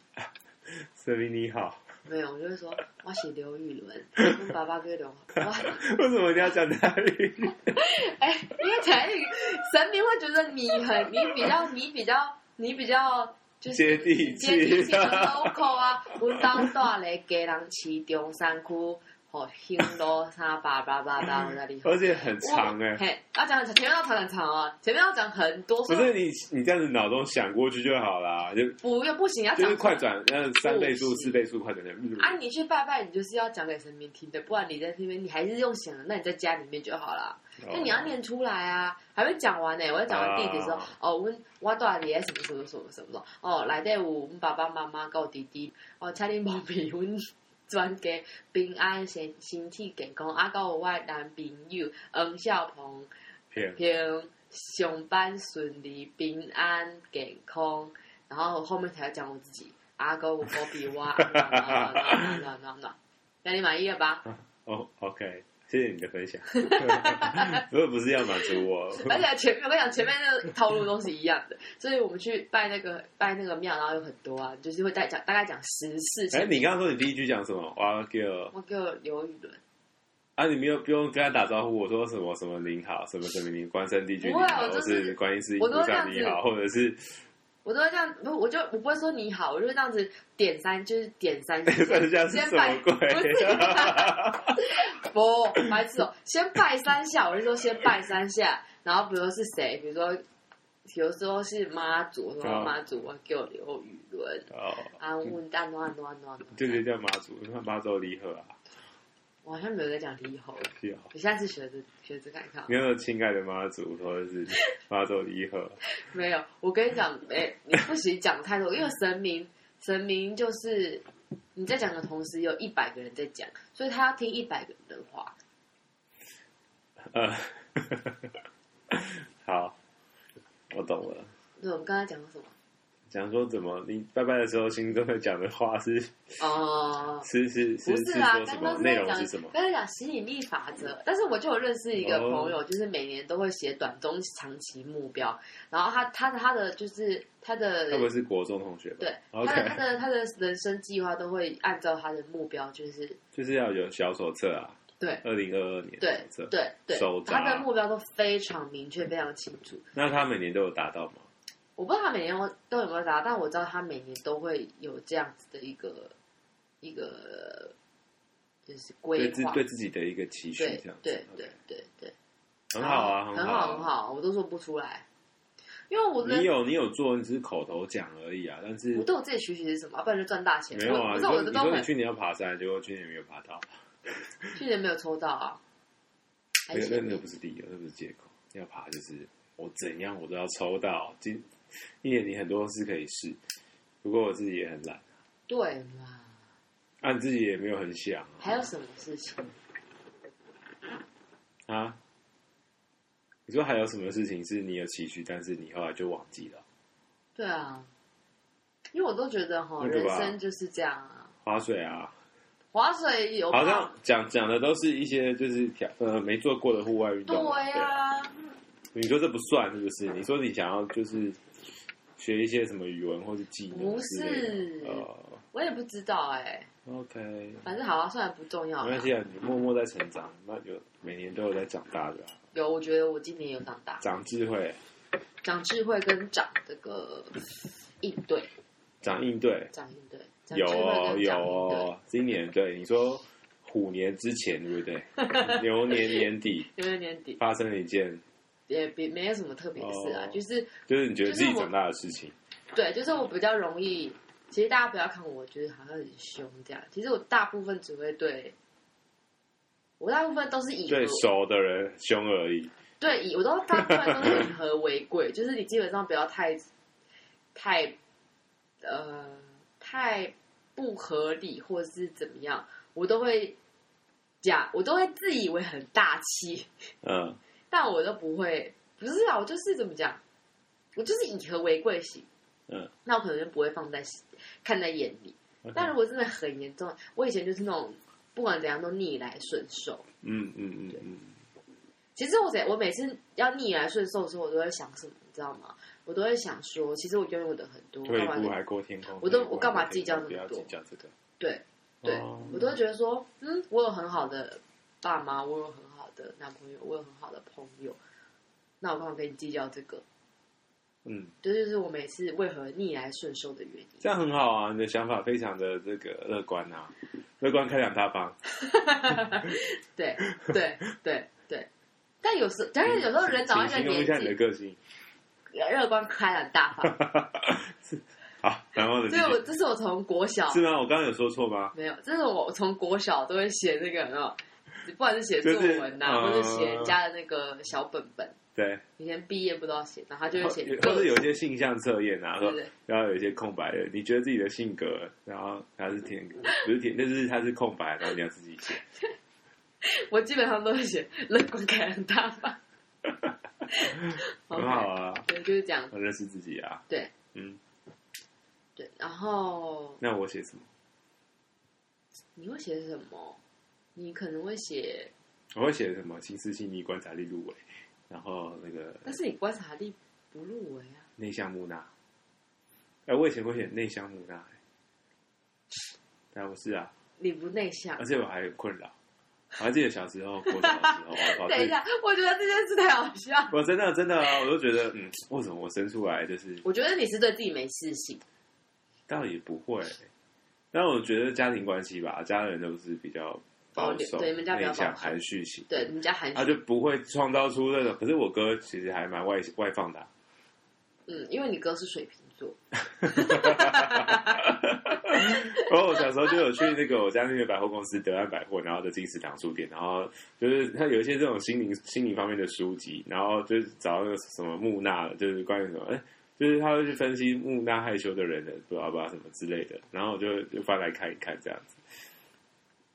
Speaker 2: 神明你好，
Speaker 1: 没有，我就会说，我是刘玉伦，跟爸爸跟刘，哇，
Speaker 2: 为什么你要讲台语？
Speaker 1: 哎、因为台语神明会觉得你很，你比较，你比较，你比较。就是
Speaker 2: 接地气
Speaker 1: 接地气
Speaker 2: [LAUGHS]
Speaker 1: 很 local 啊！阮兜住咧家人市中山区，吼兴路三八八八八，我那里。
Speaker 2: 而且很长哎、
Speaker 1: 嘿，要讲很长，前面要讲很长哦，前面要讲很多，
Speaker 2: 不
Speaker 1: 所
Speaker 2: 是
Speaker 1: 以
Speaker 2: 你你这样子脑中想过去就好啦，就
Speaker 1: 不用不行，要
Speaker 2: 就
Speaker 1: 讲
Speaker 2: 是快转，呃，三倍速、
Speaker 1: 不行
Speaker 2: 四倍速快转的。
Speaker 1: 啊！你去拜拜，你就是要讲给神明听的，不然你在那边你还是用想的，那你在家里面就好啦。
Speaker 2: 哦
Speaker 1: 那你要念出来啊，还会讲完呢、我在讲完地址说，
Speaker 2: 啊
Speaker 1: 哦，我我到底什么什么什么什么什么，哦，来底有阮爸爸妈妈跟我弟弟，哦，请你无比阮。全家平安身身体健康，啊，到有我的男朋友黄孝鹏
Speaker 2: 骗
Speaker 1: 平上班顺利、平安健康，然后后面才要讲我自己。阿哥，我波比哇，暖暖暖暖暖，那你满意了吧？
Speaker 2: 哦，OK，谢谢你的分享。 [LAUGHS] 不是不是要满
Speaker 1: [LAUGHS]
Speaker 2: 足我，
Speaker 1: 而且前面我跟你讲，前面那个套路都是一样的，所以我们去拜那个拜那个庙，然后有很多啊，就是会再讲大概讲十次。
Speaker 2: 哎、你刚刚说你第一句讲什么？哇，girl
Speaker 1: 我给我刘宇伦，
Speaker 2: 啊，你没有不用跟他打招呼，我说什么什么您好，什么什么您关圣帝君
Speaker 1: 不
Speaker 2: 您
Speaker 1: 会啊
Speaker 2: 好，
Speaker 1: 我
Speaker 2: 或
Speaker 1: 就是
Speaker 2: 是观音师
Speaker 1: 我
Speaker 2: 菩
Speaker 1: 都这
Speaker 2: 萨
Speaker 1: 样
Speaker 2: 你
Speaker 1: 子
Speaker 2: 好，或者是，
Speaker 1: 我都会这样，不，我就我不会说你好，我就会这样子点三，就是点三
Speaker 2: 这下是
Speaker 1: 先
Speaker 2: 什
Speaker 1: 拜
Speaker 2: 么，鬼？
Speaker 1: 不是啊不，白痴哦，先拜三下，我就说先拜三下，然后比如说是谁，比如说，比如说是妈祖，然后妈祖我给我留语轮
Speaker 2: [LAUGHS] 哦，
Speaker 1: 啊，问安诺安诺安诺啊安诺，
Speaker 2: 这个叫妈祖，那妈祖离合啊，
Speaker 1: 我好像没有在讲猕猴，
Speaker 2: 是哦。
Speaker 1: 你下次学着学着看看好了
Speaker 2: 你。有没有亲爱的妈祖，或者是妈祖离合？
Speaker 1: 没有，我跟你讲，哎、你不许讲太多，因为神明，神明就是你在讲的同时，有一百个人在讲，所以他要听一百个人的话。
Speaker 2: 呃， [LAUGHS] 好，我懂了。
Speaker 1: 对，我们刚才讲了什么？
Speaker 2: 讲说怎么你拜拜的时候心中会讲的话是 [LAUGHS]
Speaker 1: 哦、
Speaker 2: 是是
Speaker 1: 不
Speaker 2: 是
Speaker 1: 是啊，
Speaker 2: 说什
Speaker 1: 刚
Speaker 2: 么
Speaker 1: 刚
Speaker 2: 内
Speaker 1: 在
Speaker 2: 容
Speaker 1: 讲
Speaker 2: 是什么？
Speaker 1: 刚才讲吸引力法则，但是我就有认识一个
Speaker 2: 哦
Speaker 1: 朋友，就是每年都会写短、中、长期目标，然后他他的他的就是他的
Speaker 2: 会不会是国中同学吧？
Speaker 1: 对
Speaker 2: ，OK，
Speaker 1: 他的他的他的人生计划都会按照他的目标，就是
Speaker 2: [LAUGHS] 就是要有小手册啊。
Speaker 1: 对，
Speaker 2: 二零二二年的
Speaker 1: 对
Speaker 2: 手册。
Speaker 1: 对对
Speaker 2: 手，札
Speaker 1: 他的目标都非常明确、非常清楚。
Speaker 2: 那他每年都有达到吗？
Speaker 1: 我不知道他每年都有没有达，但我知道他每年都会有这样子的一个一个就是规
Speaker 2: 对自
Speaker 1: 划，
Speaker 2: 对自己的一个期许，
Speaker 1: 对
Speaker 2: 这样子
Speaker 1: 对
Speaker 2: OK
Speaker 1: 对对对，
Speaker 2: 很好啊，
Speaker 1: 很
Speaker 2: 好，
Speaker 1: 很。好，我都说不出来，因为我的
Speaker 2: 你有你有做，你只是口头讲而已啊，但是
Speaker 1: 我对我自己学习是什么，不然就赚大钱。
Speaker 2: 没有
Speaker 1: 我
Speaker 2: 啊。
Speaker 1: 不
Speaker 2: 你
Speaker 1: 是
Speaker 2: 说
Speaker 1: 我
Speaker 2: 你
Speaker 1: 的都
Speaker 2: 说你
Speaker 1: 很
Speaker 2: 去年要爬山，结果去年没有爬到，
Speaker 1: 去年没有抽到啊，
Speaker 2: 那
Speaker 1: 还是
Speaker 2: 那那不是理由，那不是借口。要爬就是我怎样我都要抽到，今一年你很多事可以试，不过我自己也很懒，
Speaker 1: 对嘛？
Speaker 2: 按、你自己也没有很想啊。
Speaker 1: 还有什么事情？
Speaker 2: 啊？你说还有什么事情是你有期许，但是你后来就忘记了？
Speaker 1: 对啊，因为我都觉得哈，
Speaker 2: 那个
Speaker 1: 人
Speaker 2: 吧
Speaker 1: 生就是这样啊，
Speaker 2: 划水啊，
Speaker 1: 划水有
Speaker 2: 好
Speaker 1: 吧
Speaker 2: 像讲讲的都是一些就是挑呃没做过的户外运
Speaker 1: 对啊
Speaker 2: 动嘛。
Speaker 1: 呀、
Speaker 2: 对你说这不算是不是？你说你想要就是学一些什么语文或是技能
Speaker 1: 不
Speaker 2: 之类的？
Speaker 1: 是
Speaker 2: 呃
Speaker 1: 我也不知道哎、
Speaker 2: ，OK，没
Speaker 1: 反正好啊，算了，不重要
Speaker 2: 关
Speaker 1: 了。
Speaker 2: 系啊，你默默在成长，那就每年都有在长大的啊、
Speaker 1: 有，我觉得我今年有长大，
Speaker 2: 长智慧，
Speaker 1: 长智慧跟长这个应对，
Speaker 2: 长应对，
Speaker 1: 长应对，长智
Speaker 2: 有哦
Speaker 1: 慧跟
Speaker 2: 有
Speaker 1: 长应对。
Speaker 2: 哦，今年对你说虎年之前对不对？牛
Speaker 1: [LAUGHS]
Speaker 2: 年年底
Speaker 1: 因为年底
Speaker 2: 发生了一件，
Speaker 1: 也别没有什么特别的事啊
Speaker 2: 哦
Speaker 1: 就是
Speaker 2: 就是你觉得自己
Speaker 1: 就是我
Speaker 2: 长大的事情，
Speaker 1: 对，就是我比较容易。其实大家不要看我，觉得好像很凶这样。其实我大部分只会对，我大部分都是以
Speaker 2: 对
Speaker 1: 和
Speaker 2: 熟的人凶而已。
Speaker 1: 对，以我都大部分都是以和为
Speaker 2: [LAUGHS]
Speaker 1: 贵，就是你基本上不要太太呃太不合理或者是怎么样，我都会假，我都会自以为很大气，
Speaker 2: 嗯。
Speaker 1: 但我都不会，不是啊，我就是怎么讲，我就是以和为贵型，
Speaker 2: 嗯，
Speaker 1: 那我可能就不会放在心看在眼里。但如果真的很严重，我以前就是那种不管怎样都逆来顺受，
Speaker 2: 嗯嗯嗯嗯，
Speaker 1: 其实我每我每次要逆来顺受的时候，我都会想什么，你知道吗？我都会想说，其实我拥有的很多，我
Speaker 2: 退
Speaker 1: 干
Speaker 2: 一步
Speaker 1: 嘛？
Speaker 2: 海阔天空。
Speaker 1: 我都
Speaker 2: 退一步
Speaker 1: 我干嘛
Speaker 2: 海阔
Speaker 1: 计
Speaker 2: 天空
Speaker 1: 较那么
Speaker 2: 不要
Speaker 1: 多
Speaker 2: 计较这个。
Speaker 1: 对对
Speaker 2: 哦，
Speaker 1: 我都会觉得说，嗯，我有很好的爸妈，我有很好的男朋友，我有很好的朋友，那我干嘛跟你计较这个？
Speaker 2: 嗯，
Speaker 1: 这就是我每次为何逆来顺受的原因。
Speaker 2: 这样很好啊，你的想法非常的这个乐观啊，乐观开朗大方。
Speaker 1: 对对对对，但有时，但是有时候人长到
Speaker 2: 请
Speaker 1: 一个
Speaker 2: 形容一下你的
Speaker 1: 年纪，
Speaker 2: 个性。
Speaker 1: 乐观开朗大
Speaker 2: [LAUGHS]
Speaker 1: 方，
Speaker 2: 好，然后呢？
Speaker 1: 所以我这是我从国小
Speaker 2: 是吗？我刚刚有说错吗？
Speaker 1: 没有，这是我从国小都会写那个，有没有不管是写作文呐、啊或
Speaker 2: 就是呃
Speaker 1: 者写人家的那个小本本，
Speaker 2: 对，
Speaker 1: 以前毕业不都要写，然后他就
Speaker 2: 或 [LAUGHS]
Speaker 1: 会写
Speaker 2: 或
Speaker 1: 各
Speaker 2: 者有一些性向测验啊，
Speaker 1: 对
Speaker 2: 说
Speaker 1: 不对？
Speaker 2: 然后有一些空白的，你觉得自己的性格，然后它是填，不 [LAUGHS] 是填，但是它是空白，然后你要自己写。
Speaker 1: 我基本上都会写乐观开朗大方，
Speaker 2: [LAUGHS] 很好啊，
Speaker 1: 对，就是这样，
Speaker 2: 我认识自己啊。
Speaker 1: 对，
Speaker 2: 嗯，
Speaker 1: 对。然后
Speaker 2: 那我写什么？
Speaker 1: 你会写什么？你可能会写，
Speaker 2: 我会写什么？心思细腻，观察力入微，然后那个
Speaker 1: 但是你观察力不入围啊。
Speaker 2: 内向木讷。哎、我以前会写内向木讷、哎欸，但我是啊，
Speaker 1: 你不内向
Speaker 2: 呃而，且我还有困扰，我还记得小时候，国小的时候，我跑
Speaker 1: [LAUGHS] [LAUGHS] 等一
Speaker 2: 去，
Speaker 1: 下，我觉得这件事太好笑。
Speaker 2: 我真的真的啊，我就觉得，嗯，为什么我生出来就是
Speaker 1: 我觉得你是对自己没自信，
Speaker 2: 倒也不会，但我觉得家庭关系吧，家人都是比较保守、
Speaker 1: 哦对你们家比较
Speaker 2: 内
Speaker 1: 保
Speaker 2: 向、
Speaker 1: 守
Speaker 2: 含蓄型，
Speaker 1: 对，你们家含蓄，
Speaker 2: 他啊就不会创造出那种。可是我哥其实还蛮外外放的啊、
Speaker 1: 嗯，因为你哥是水瓶座，
Speaker 2: [LAUGHS] 然哦后我小时候就有去那个我家那个百货公司德安百货，然后的金石堂书店，然后就是它有一些这种心灵心灵方面的书籍，然后就是找到那个什么木讷，就是关于什么，哎、就是他会去分析木讷害羞的人的不拉不拉什么之类的，然后我就就翻来看一看这样子，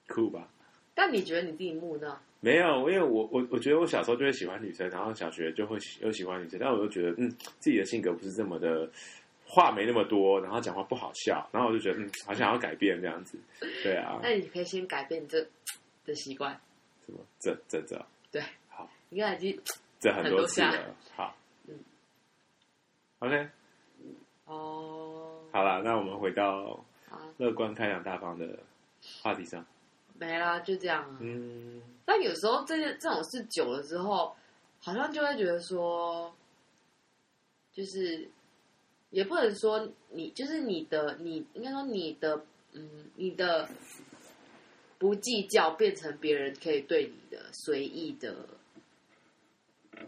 Speaker 2: 酷吧？
Speaker 1: 但你觉得你自己木讷？
Speaker 2: 没有，因为我我我觉得我小时候就会喜欢女生，然后小学就会喜又喜欢女生，但我就觉得嗯，自己的性格不是这么的，话没那么多，然后讲话不好笑，然后我就觉得嗯，好想要改变这样子。对啊，
Speaker 1: 那你可以先改变你这的习惯。
Speaker 2: 什么啊这这这
Speaker 1: 你看已经
Speaker 2: 这很多次
Speaker 1: 很
Speaker 2: 了，好，
Speaker 1: 嗯
Speaker 2: ，OK，
Speaker 1: 哦，啊
Speaker 2: 好了，那我们回到
Speaker 1: 好
Speaker 2: 乐观开朗大方的话题上，
Speaker 1: 没啦，就这样啊。
Speaker 2: 嗯，
Speaker 1: 但有时候这些这种事久了之后，好像就会觉得说，就是也不能说你就是你的你应该说你的嗯你的不计较变成别人可以对你的随意的怎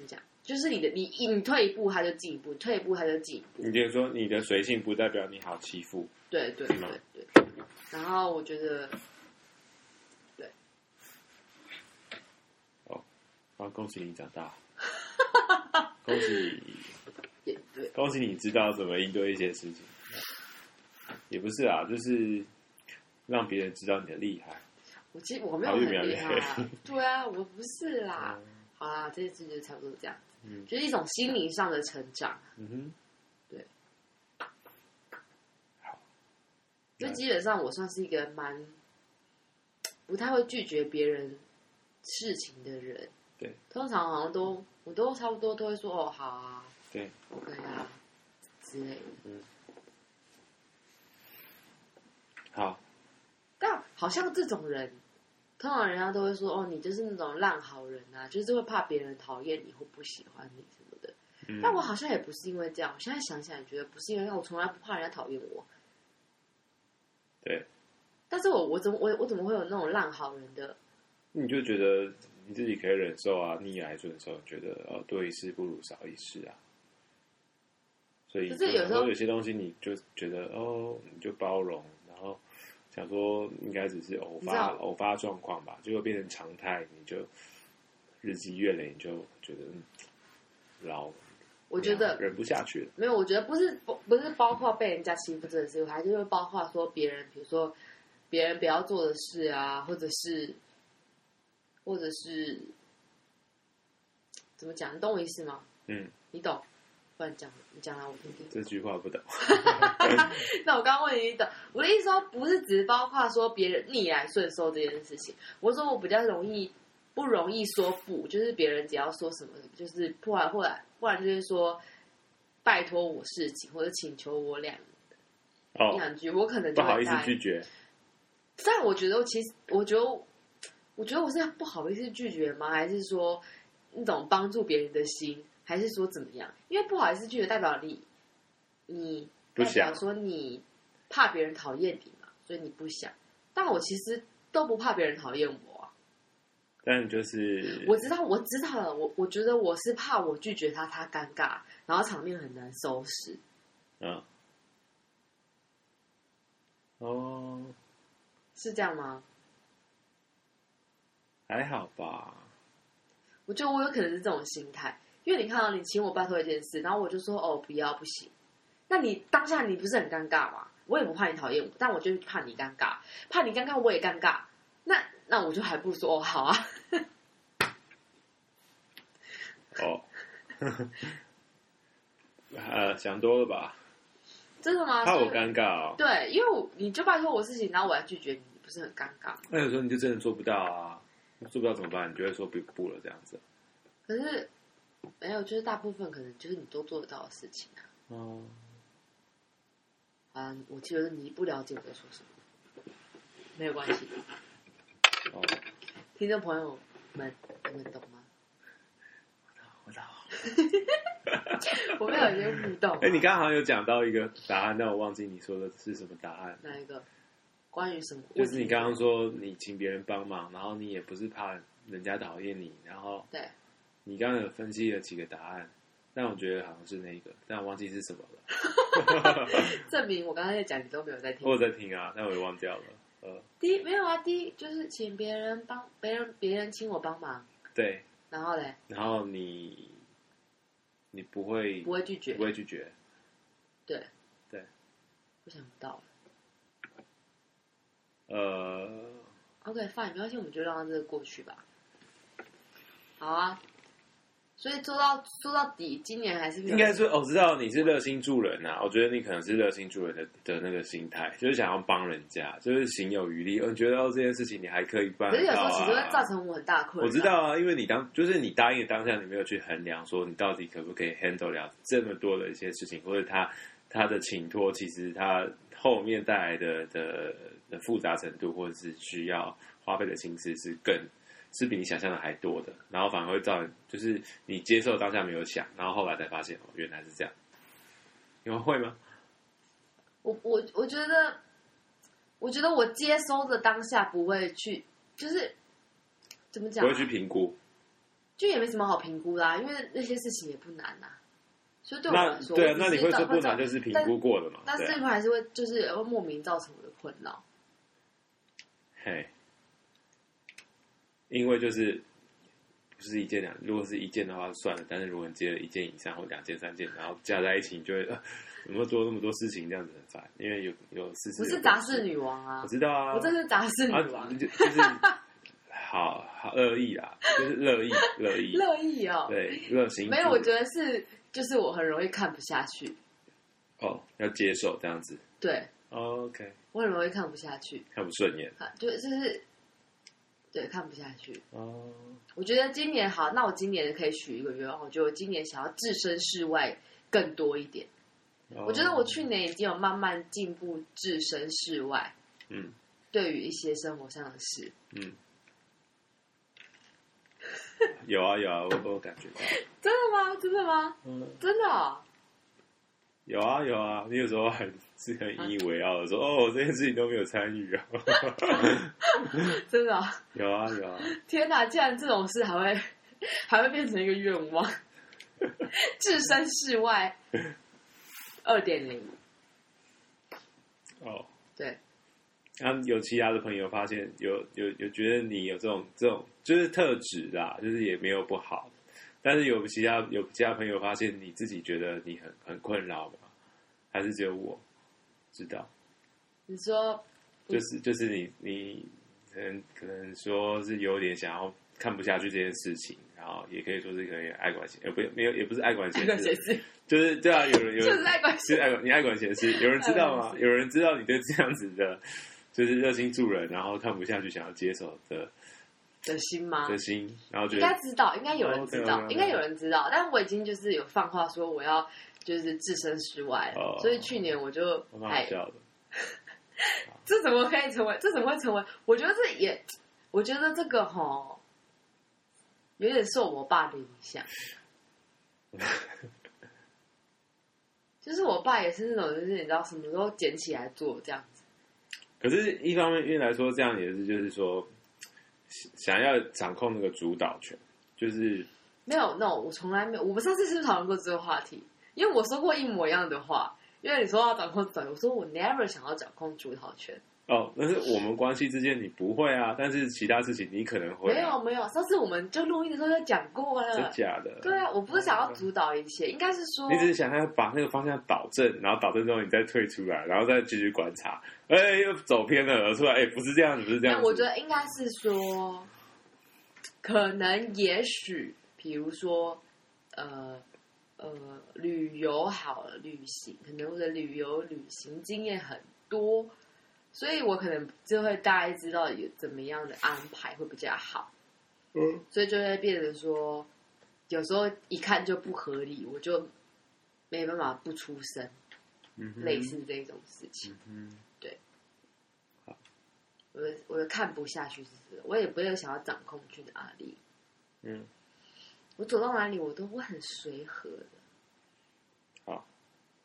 Speaker 1: 么讲？就是你的你你退一步他就进一步，退一步他就进一步，
Speaker 2: 你就是说你的随性不代表你好欺负，
Speaker 1: 对对
Speaker 2: 是
Speaker 1: 对
Speaker 2: 吗
Speaker 1: 对。然后我觉得
Speaker 2: 啊，恭喜你长大，恭喜
Speaker 1: 也对，
Speaker 2: 恭喜你知道怎么应对一些事情，也不是啊，就是让别人知道你的厉害。
Speaker 1: 我其实我没有
Speaker 2: 好
Speaker 1: 很
Speaker 2: 运比较
Speaker 1: 厉
Speaker 2: 厉
Speaker 1: 害啊，对啊，我不是啦。好啦，这次就差不多这样，
Speaker 2: 嗯
Speaker 1: 就是一种心灵上的成长。
Speaker 2: 嗯哼，
Speaker 1: 对，
Speaker 2: 好，
Speaker 1: 就
Speaker 2: 那
Speaker 1: 基本上我算是一个蛮不太会拒绝别人事情的人。
Speaker 2: 对，
Speaker 1: 通常好像都我都差不多都会说哦好啊，
Speaker 2: 对，
Speaker 1: 对啊之类的。
Speaker 2: 好，
Speaker 1: 但好像这种人，通常人家都会说哦你就是那种烂好人啊，就是会怕别人讨厌你或不喜欢你什么的。
Speaker 2: 嗯，
Speaker 1: 但我好像也不是因为这样，我现在想想也觉得不是因为这样我从来不怕人家讨厌我。
Speaker 2: 对，
Speaker 1: 但是我我怎么我我怎么会有那种烂好人的？
Speaker 2: 你就觉得你自己可以忍受啊，逆来顺受，你觉得哦多一事不如少一事啊。所以
Speaker 1: 可是有时候
Speaker 2: 然后有些东西你就觉得哦，你就包容，然后想说应该只是偶
Speaker 1: 你知
Speaker 2: 发
Speaker 1: 道
Speaker 2: 偶发状况吧，结果变成常态，你就日积月累，你就觉得嗯老，
Speaker 1: 我觉得
Speaker 2: 忍不下去了。
Speaker 1: 没有，我觉得不是不不是包括被人家欺负这件事，还是会包括说别人，比如说别人不要做的事啊，或者是或者是怎么讲？你懂我意思吗？
Speaker 2: 嗯，
Speaker 1: 你懂？不然讲你讲来我听听。
Speaker 2: 这句话不懂。
Speaker 1: [LAUGHS] 那我刚刚问你的，我的意思说不是只包括说别人逆来顺受这件事情，我说我比较容易不容易说不，就是别人只要说什么，就是不然或者不然就是说拜托我事情或者请求我两
Speaker 2: 哦，
Speaker 1: 两句，我可能
Speaker 2: 不
Speaker 1: 就
Speaker 2: 好
Speaker 1: 会
Speaker 2: 意思
Speaker 1: 答应
Speaker 2: 拒。绝，
Speaker 1: 但我觉得其实我觉得我觉得我是不好意思拒绝吗？还是说那种帮助别人的心，还是说怎么样？因为不好意思拒绝代表你你
Speaker 2: 不
Speaker 1: 代表
Speaker 2: 想
Speaker 1: 说你怕别人讨厌你嘛，所以你不想。但我其实都不怕别人讨厌我啊、
Speaker 2: 但就是
Speaker 1: 我知道我知道了，我我觉得我是怕我拒绝他，他尴尬，然后场面很难收拾。
Speaker 2: 嗯，哦，
Speaker 1: 是这样吗？
Speaker 2: 还好吧，
Speaker 1: 我觉得我有可能是这种心态，因为你看到你请我拜托一件事，然后我就说哦不要不行，那你当下你不是很尴尬吗？我也不怕你讨厌我，但我就是怕你尴尬，怕你尴尬我也尴尬，那那我就还不如说哦好啊， [LAUGHS]
Speaker 2: 哦，呃，想多了吧？
Speaker 1: 真的吗？
Speaker 2: 怕我
Speaker 1: 所以
Speaker 2: 尴尬哦。
Speaker 1: 对，因为我你就拜托我事情，然后我还拒绝你，你不是很尴尬吗？
Speaker 2: 那有时候你就真的做不到啊，做不到怎么办？你就会说不不了这样子。
Speaker 1: 可是没有，就是大部分可能就是你都做得到的事情啊。
Speaker 2: 哦，
Speaker 1: 啊，我觉得你不了解我在说什么，没有关系。
Speaker 2: 哦，
Speaker 1: 听众朋友们，你们懂吗？
Speaker 2: 我操！
Speaker 1: [LAUGHS] 我们有一些互动、啊。
Speaker 2: 哎、你刚刚好像有讲到一个答案，但我忘记你说的是什么答案。
Speaker 1: 哪一个？关于什么？
Speaker 2: 就是你刚刚说你请别人帮忙，然后你也不是怕人家讨厌你，然后
Speaker 1: 对，
Speaker 2: 你刚刚有分析了几个答案，但我觉得好像是那个，但我忘记是什么了。
Speaker 1: 证明我刚刚在讲，你都没有在听
Speaker 2: 我。有在听啊，但我也忘掉了。呃，
Speaker 1: 第一没有啊，第一就是请别人帮别人，别人请我帮忙，
Speaker 2: 对，
Speaker 1: 然后嘞
Speaker 2: 然后你你不会
Speaker 1: 不会拒绝
Speaker 2: 不，会拒绝，
Speaker 1: 对
Speaker 2: 对，
Speaker 1: 我想不到。
Speaker 2: 呃，
Speaker 1: OK fine，没关系，我们就让这个过去吧。好啊，所以做到做到底，今年还是没有
Speaker 2: 应该是我、哦、知道你是热心助人呐、啊，我觉得你可能是热心助人的的那个心态，就是想要帮人家，就是行有余力。我觉得哦这件事情你还可以办
Speaker 1: 可是
Speaker 2: 得
Speaker 1: 有时
Speaker 2: 到
Speaker 1: 候其实会造
Speaker 2: 啊。
Speaker 1: 成我很大的困扰。
Speaker 2: 我知，道啊，因为你当就是你答应的当下，你没有去衡量说你到底可不可以 handle 了这么多的一些事情，或者他他的请托，其实他后面带来的的的复杂程度，或者是需要花费的心思是更是比你想象的还多的，然后反而会造成就是你接受当下没有想，然后后来才发现哦原来是这样，你们会吗？
Speaker 1: 我我我觉得，我觉得我接收的当下不会去，就是怎么
Speaker 2: 不
Speaker 1: 讲、啊
Speaker 2: 会，去评估，
Speaker 1: 就也没什么好评估啦，因为那些事情也不难呐、所以对我
Speaker 2: 那
Speaker 1: 来说，
Speaker 2: 对啊
Speaker 1: 我，只
Speaker 2: 那
Speaker 1: 是
Speaker 2: 你会
Speaker 1: 造
Speaker 2: 说不
Speaker 1: 造
Speaker 2: 难就是评
Speaker 1: 但
Speaker 2: 估过的嘛，
Speaker 1: 但
Speaker 2: 对
Speaker 1: 是
Speaker 2: 啊，
Speaker 1: 还是会就是会莫名造成我的困扰。
Speaker 2: 嘿，因为就是不是一件两，如果是一件的话算了，但是如果你接了一件以上或两件、三件，然后加在一起，你就会、呃、怎么做那么多事情，这样子很烦，因为有有事情
Speaker 1: 我是杂事，女王啊
Speaker 2: 我，知道啊，
Speaker 1: 我真的是杂事
Speaker 2: 啊
Speaker 1: 女王，，
Speaker 2: 就就是好好乐意啦，就是乐
Speaker 1: [LAUGHS]
Speaker 2: 意乐意，
Speaker 1: 乐意哦。
Speaker 2: 对热心，
Speaker 1: 没有，我觉得是就是我很容易看不下去，
Speaker 2: 哦要接受这样子哦
Speaker 1: 对
Speaker 2: ，OK，
Speaker 1: 我很容易看不下去，
Speaker 2: 看不顺眼
Speaker 1: 看就就是对看不下去。
Speaker 2: 哦，
Speaker 1: 我觉得今年好，那我今年可以许一个愿望，我觉得我今年想要置身事外更多一点。
Speaker 2: 哦
Speaker 1: 我觉得我
Speaker 2: 去
Speaker 1: 去年已经有慢慢进步置身事外，
Speaker 2: 嗯
Speaker 1: 对于一些生活上的事，
Speaker 2: 嗯。有啊有啊，我我有感觉到，
Speaker 1: 真的吗？真的吗？
Speaker 2: 嗯，
Speaker 1: 真的哦、
Speaker 2: 有啊有啊，你有时候很是很引以为傲的说，哦，我这件事情都没有参与啊。 [LAUGHS]
Speaker 1: 真的哦、
Speaker 2: 有啊有啊，
Speaker 1: 天哪！竟然这种事还会 [LAUGHS] 还会变成一个愿
Speaker 2: [LAUGHS]
Speaker 1: 望，置身事外二点零。
Speaker 2: 哦，
Speaker 1: 对，
Speaker 2: 那、有其他的朋友发现有有有觉得你有这种这种就是特质啦，就是也没有不好，但是有其他有其他朋友发现你自己觉得你很很困扰吗？还是只有我知道？
Speaker 1: 你说
Speaker 2: 就是就是你你可能可能说是有点想要看不下去这件事情，然后也可以说是可能爱管闲，呃，不没有也不是爱管闲
Speaker 1: 爱管闲
Speaker 2: 事，
Speaker 1: 事， [LAUGHS]
Speaker 2: 就是对啊，有人有
Speaker 1: 就
Speaker 2: 人
Speaker 1: 是爱管
Speaker 2: 其
Speaker 1: 闲
Speaker 2: 实爱管你爱管闲事，有人知道
Speaker 1: 爱管
Speaker 2: 吗？
Speaker 1: 闲
Speaker 2: 有人知道你对这样子的，就是热心助人，然后看不下去想要接手的
Speaker 1: 事的心吗？
Speaker 2: 的心，然后觉
Speaker 1: 啊应该
Speaker 2: 得
Speaker 1: 知道，应该有人知
Speaker 2: 哦
Speaker 1: 道，
Speaker 2: ，OK，OK，OK
Speaker 1: 应该有人知道。但我已经就是有放话说我要就是置身事外，
Speaker 2: 哦
Speaker 1: 所以去年我就
Speaker 2: 蛮好
Speaker 1: 还
Speaker 2: 笑的。
Speaker 1: 这怎么可以成为？这怎么会成为？我觉得这也，我觉得这个吼有点受我爸的影
Speaker 2: [LAUGHS]
Speaker 1: 响。就是我爸也是那种，就是你知道什么都捡起来做这样子，
Speaker 2: 可是，一方面因为来说，这样也是就是说，想要掌控那个主导权，就是
Speaker 1: 没有，no，我从来没有。我们上次是不是讨论过这个话题？因为我说过一模一样的话，因为你说要掌控主导，我说我 never 想要掌控主导权。
Speaker 2: 哦，但是我们关系之间你不会啊，但是其他事情你可能会、
Speaker 1: 没
Speaker 2: 啊，
Speaker 1: 有没有，上次我们就录音的时候就讲过了。
Speaker 2: 真假的？
Speaker 1: 对啊，我不是想要主导一切，应该是说
Speaker 2: 你只是想要把那个方向导正，然后导正之后你再退出来，然后再继续观察。哎、又走偏了，出来哎、不是这样子，不是这样
Speaker 1: 那
Speaker 2: 子。
Speaker 1: 我觉得应该是说，可能也许，比如说，呃呃，旅游好了，旅行可能我的旅游旅行经验很多，所以我可能就会大概知道有怎么样的安排会比较好，
Speaker 2: 嗯
Speaker 1: 所以就会变成说，有时候一看就不合理，我就没办法不出声，
Speaker 2: 嗯哼
Speaker 1: 类似这种事情。
Speaker 2: 嗯，
Speaker 1: 我我的我的看不下去是这个，我也不会想要掌控去哪里。
Speaker 2: 嗯，
Speaker 1: 我走到哪里，我都会很随和的。
Speaker 2: 好，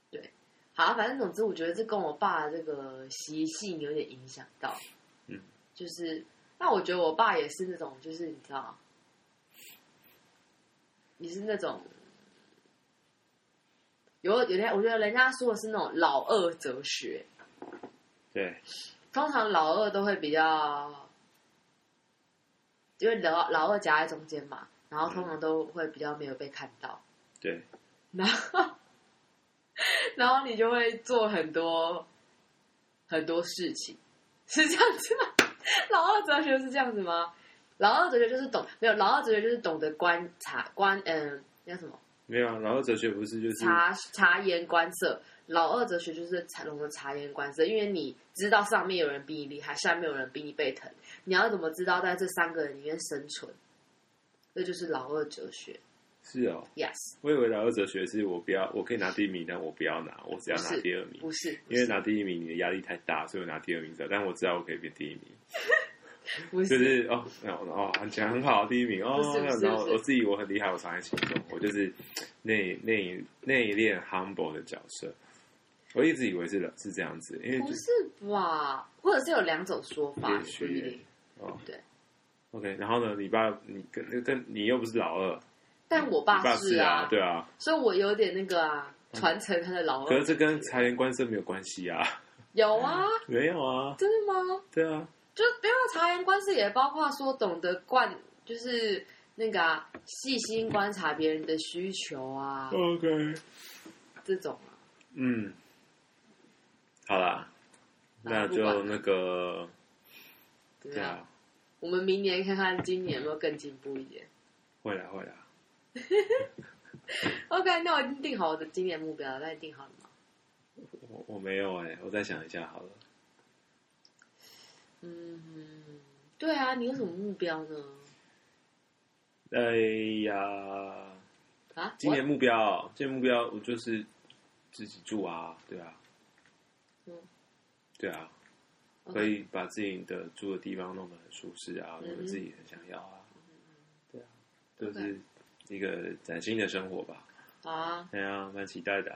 Speaker 1: 对，好，啊反正总之，我觉得这跟我爸这个习性有点影响到。
Speaker 2: 嗯，
Speaker 1: 就是，那我觉得我爸也是那种，就是你知道，你是那种。有有点，我觉得人家说的是那种老二哲学，
Speaker 2: 对，
Speaker 1: 通常老二都会比较，因为老老二夹在中间嘛，然后通常都会比较没有被看到，
Speaker 2: 对，
Speaker 1: 然后然后你就会做很多很多事情，是这样子吗？老二哲学是这样子吗？老二哲学就是懂没有，老二哲学就是懂得观察观，嗯、那叫什么？
Speaker 2: 没有啊。然后哲学不是就是
Speaker 1: 察察言观色。老二哲学就是察懂得察言观色，因为你知道上面有人比你厉害，下面有人比你被疼，你要怎么知道在这三个人里面生存？这就是老二哲学。
Speaker 2: 是哦，
Speaker 1: Yes，
Speaker 2: 我以为老二哲学是我不要，我可以拿第一名，但我不要拿，我只要拿
Speaker 1: 不是
Speaker 2: 第二名，
Speaker 1: 不是，
Speaker 2: 因为拿第一名你的压力太大，所以我拿第二名走，但我知道我可以变第一名，
Speaker 1: 不
Speaker 2: [LAUGHS] 就是是哦哦哦，讲很好，第一名哦
Speaker 1: 不是不，是
Speaker 2: 然后
Speaker 1: 不是
Speaker 2: 我自己我很厉害，我藏在心中，我就是内内内敛 humble 的角色，我一直以为是的是这样子，因为就
Speaker 1: 不是吧？或者是有两种说法，
Speaker 2: 也
Speaker 1: 不
Speaker 2: 许
Speaker 1: 一定。
Speaker 2: 哦
Speaker 1: 对
Speaker 2: ，OK，然后呢，你爸你跟跟你又不是老二，
Speaker 1: 但我
Speaker 2: 你爸
Speaker 1: 是
Speaker 2: 啊，对啊，
Speaker 1: 所以我有点那个啊，传承他的老
Speaker 2: 可
Speaker 1: 二
Speaker 2: 是。这跟察言观色没有关系啊，
Speaker 1: 有啊，
Speaker 2: 没有啊，
Speaker 1: 真的吗？
Speaker 2: 对啊，
Speaker 1: 就不要察言观色，也包括说懂得观，就是那个啊，细心观察别人的需求啊，
Speaker 2: OK，
Speaker 1: 这种啊。
Speaker 2: 嗯，好啦，那
Speaker 1: 那不管
Speaker 2: 就
Speaker 1: 了
Speaker 2: 那个
Speaker 1: 对
Speaker 2: 对啊，
Speaker 1: 我们明年看看今年有没有更进步一点。
Speaker 2: 会啦会啦，
Speaker 1: OK，那我已经定好我的今年目标了，那你定好了吗？
Speaker 2: 我我没有哎、我再想一下好了。
Speaker 1: 嗯，对啊，你有什么目标呢？
Speaker 2: 哎呀，
Speaker 1: 啊，
Speaker 2: 今年目标，今年目标我就是自己住啊，对啊，
Speaker 1: 嗯
Speaker 2: 对啊，
Speaker 1: 我
Speaker 2: 可以把自己的住的地方弄得很舒适啊，
Speaker 1: 嗯
Speaker 2: 弄得自己很想要啊，对啊，就
Speaker 1: OK
Speaker 2: 是一个崭新的生活吧，
Speaker 1: 好啊，
Speaker 2: 哎呀，蛮期待的、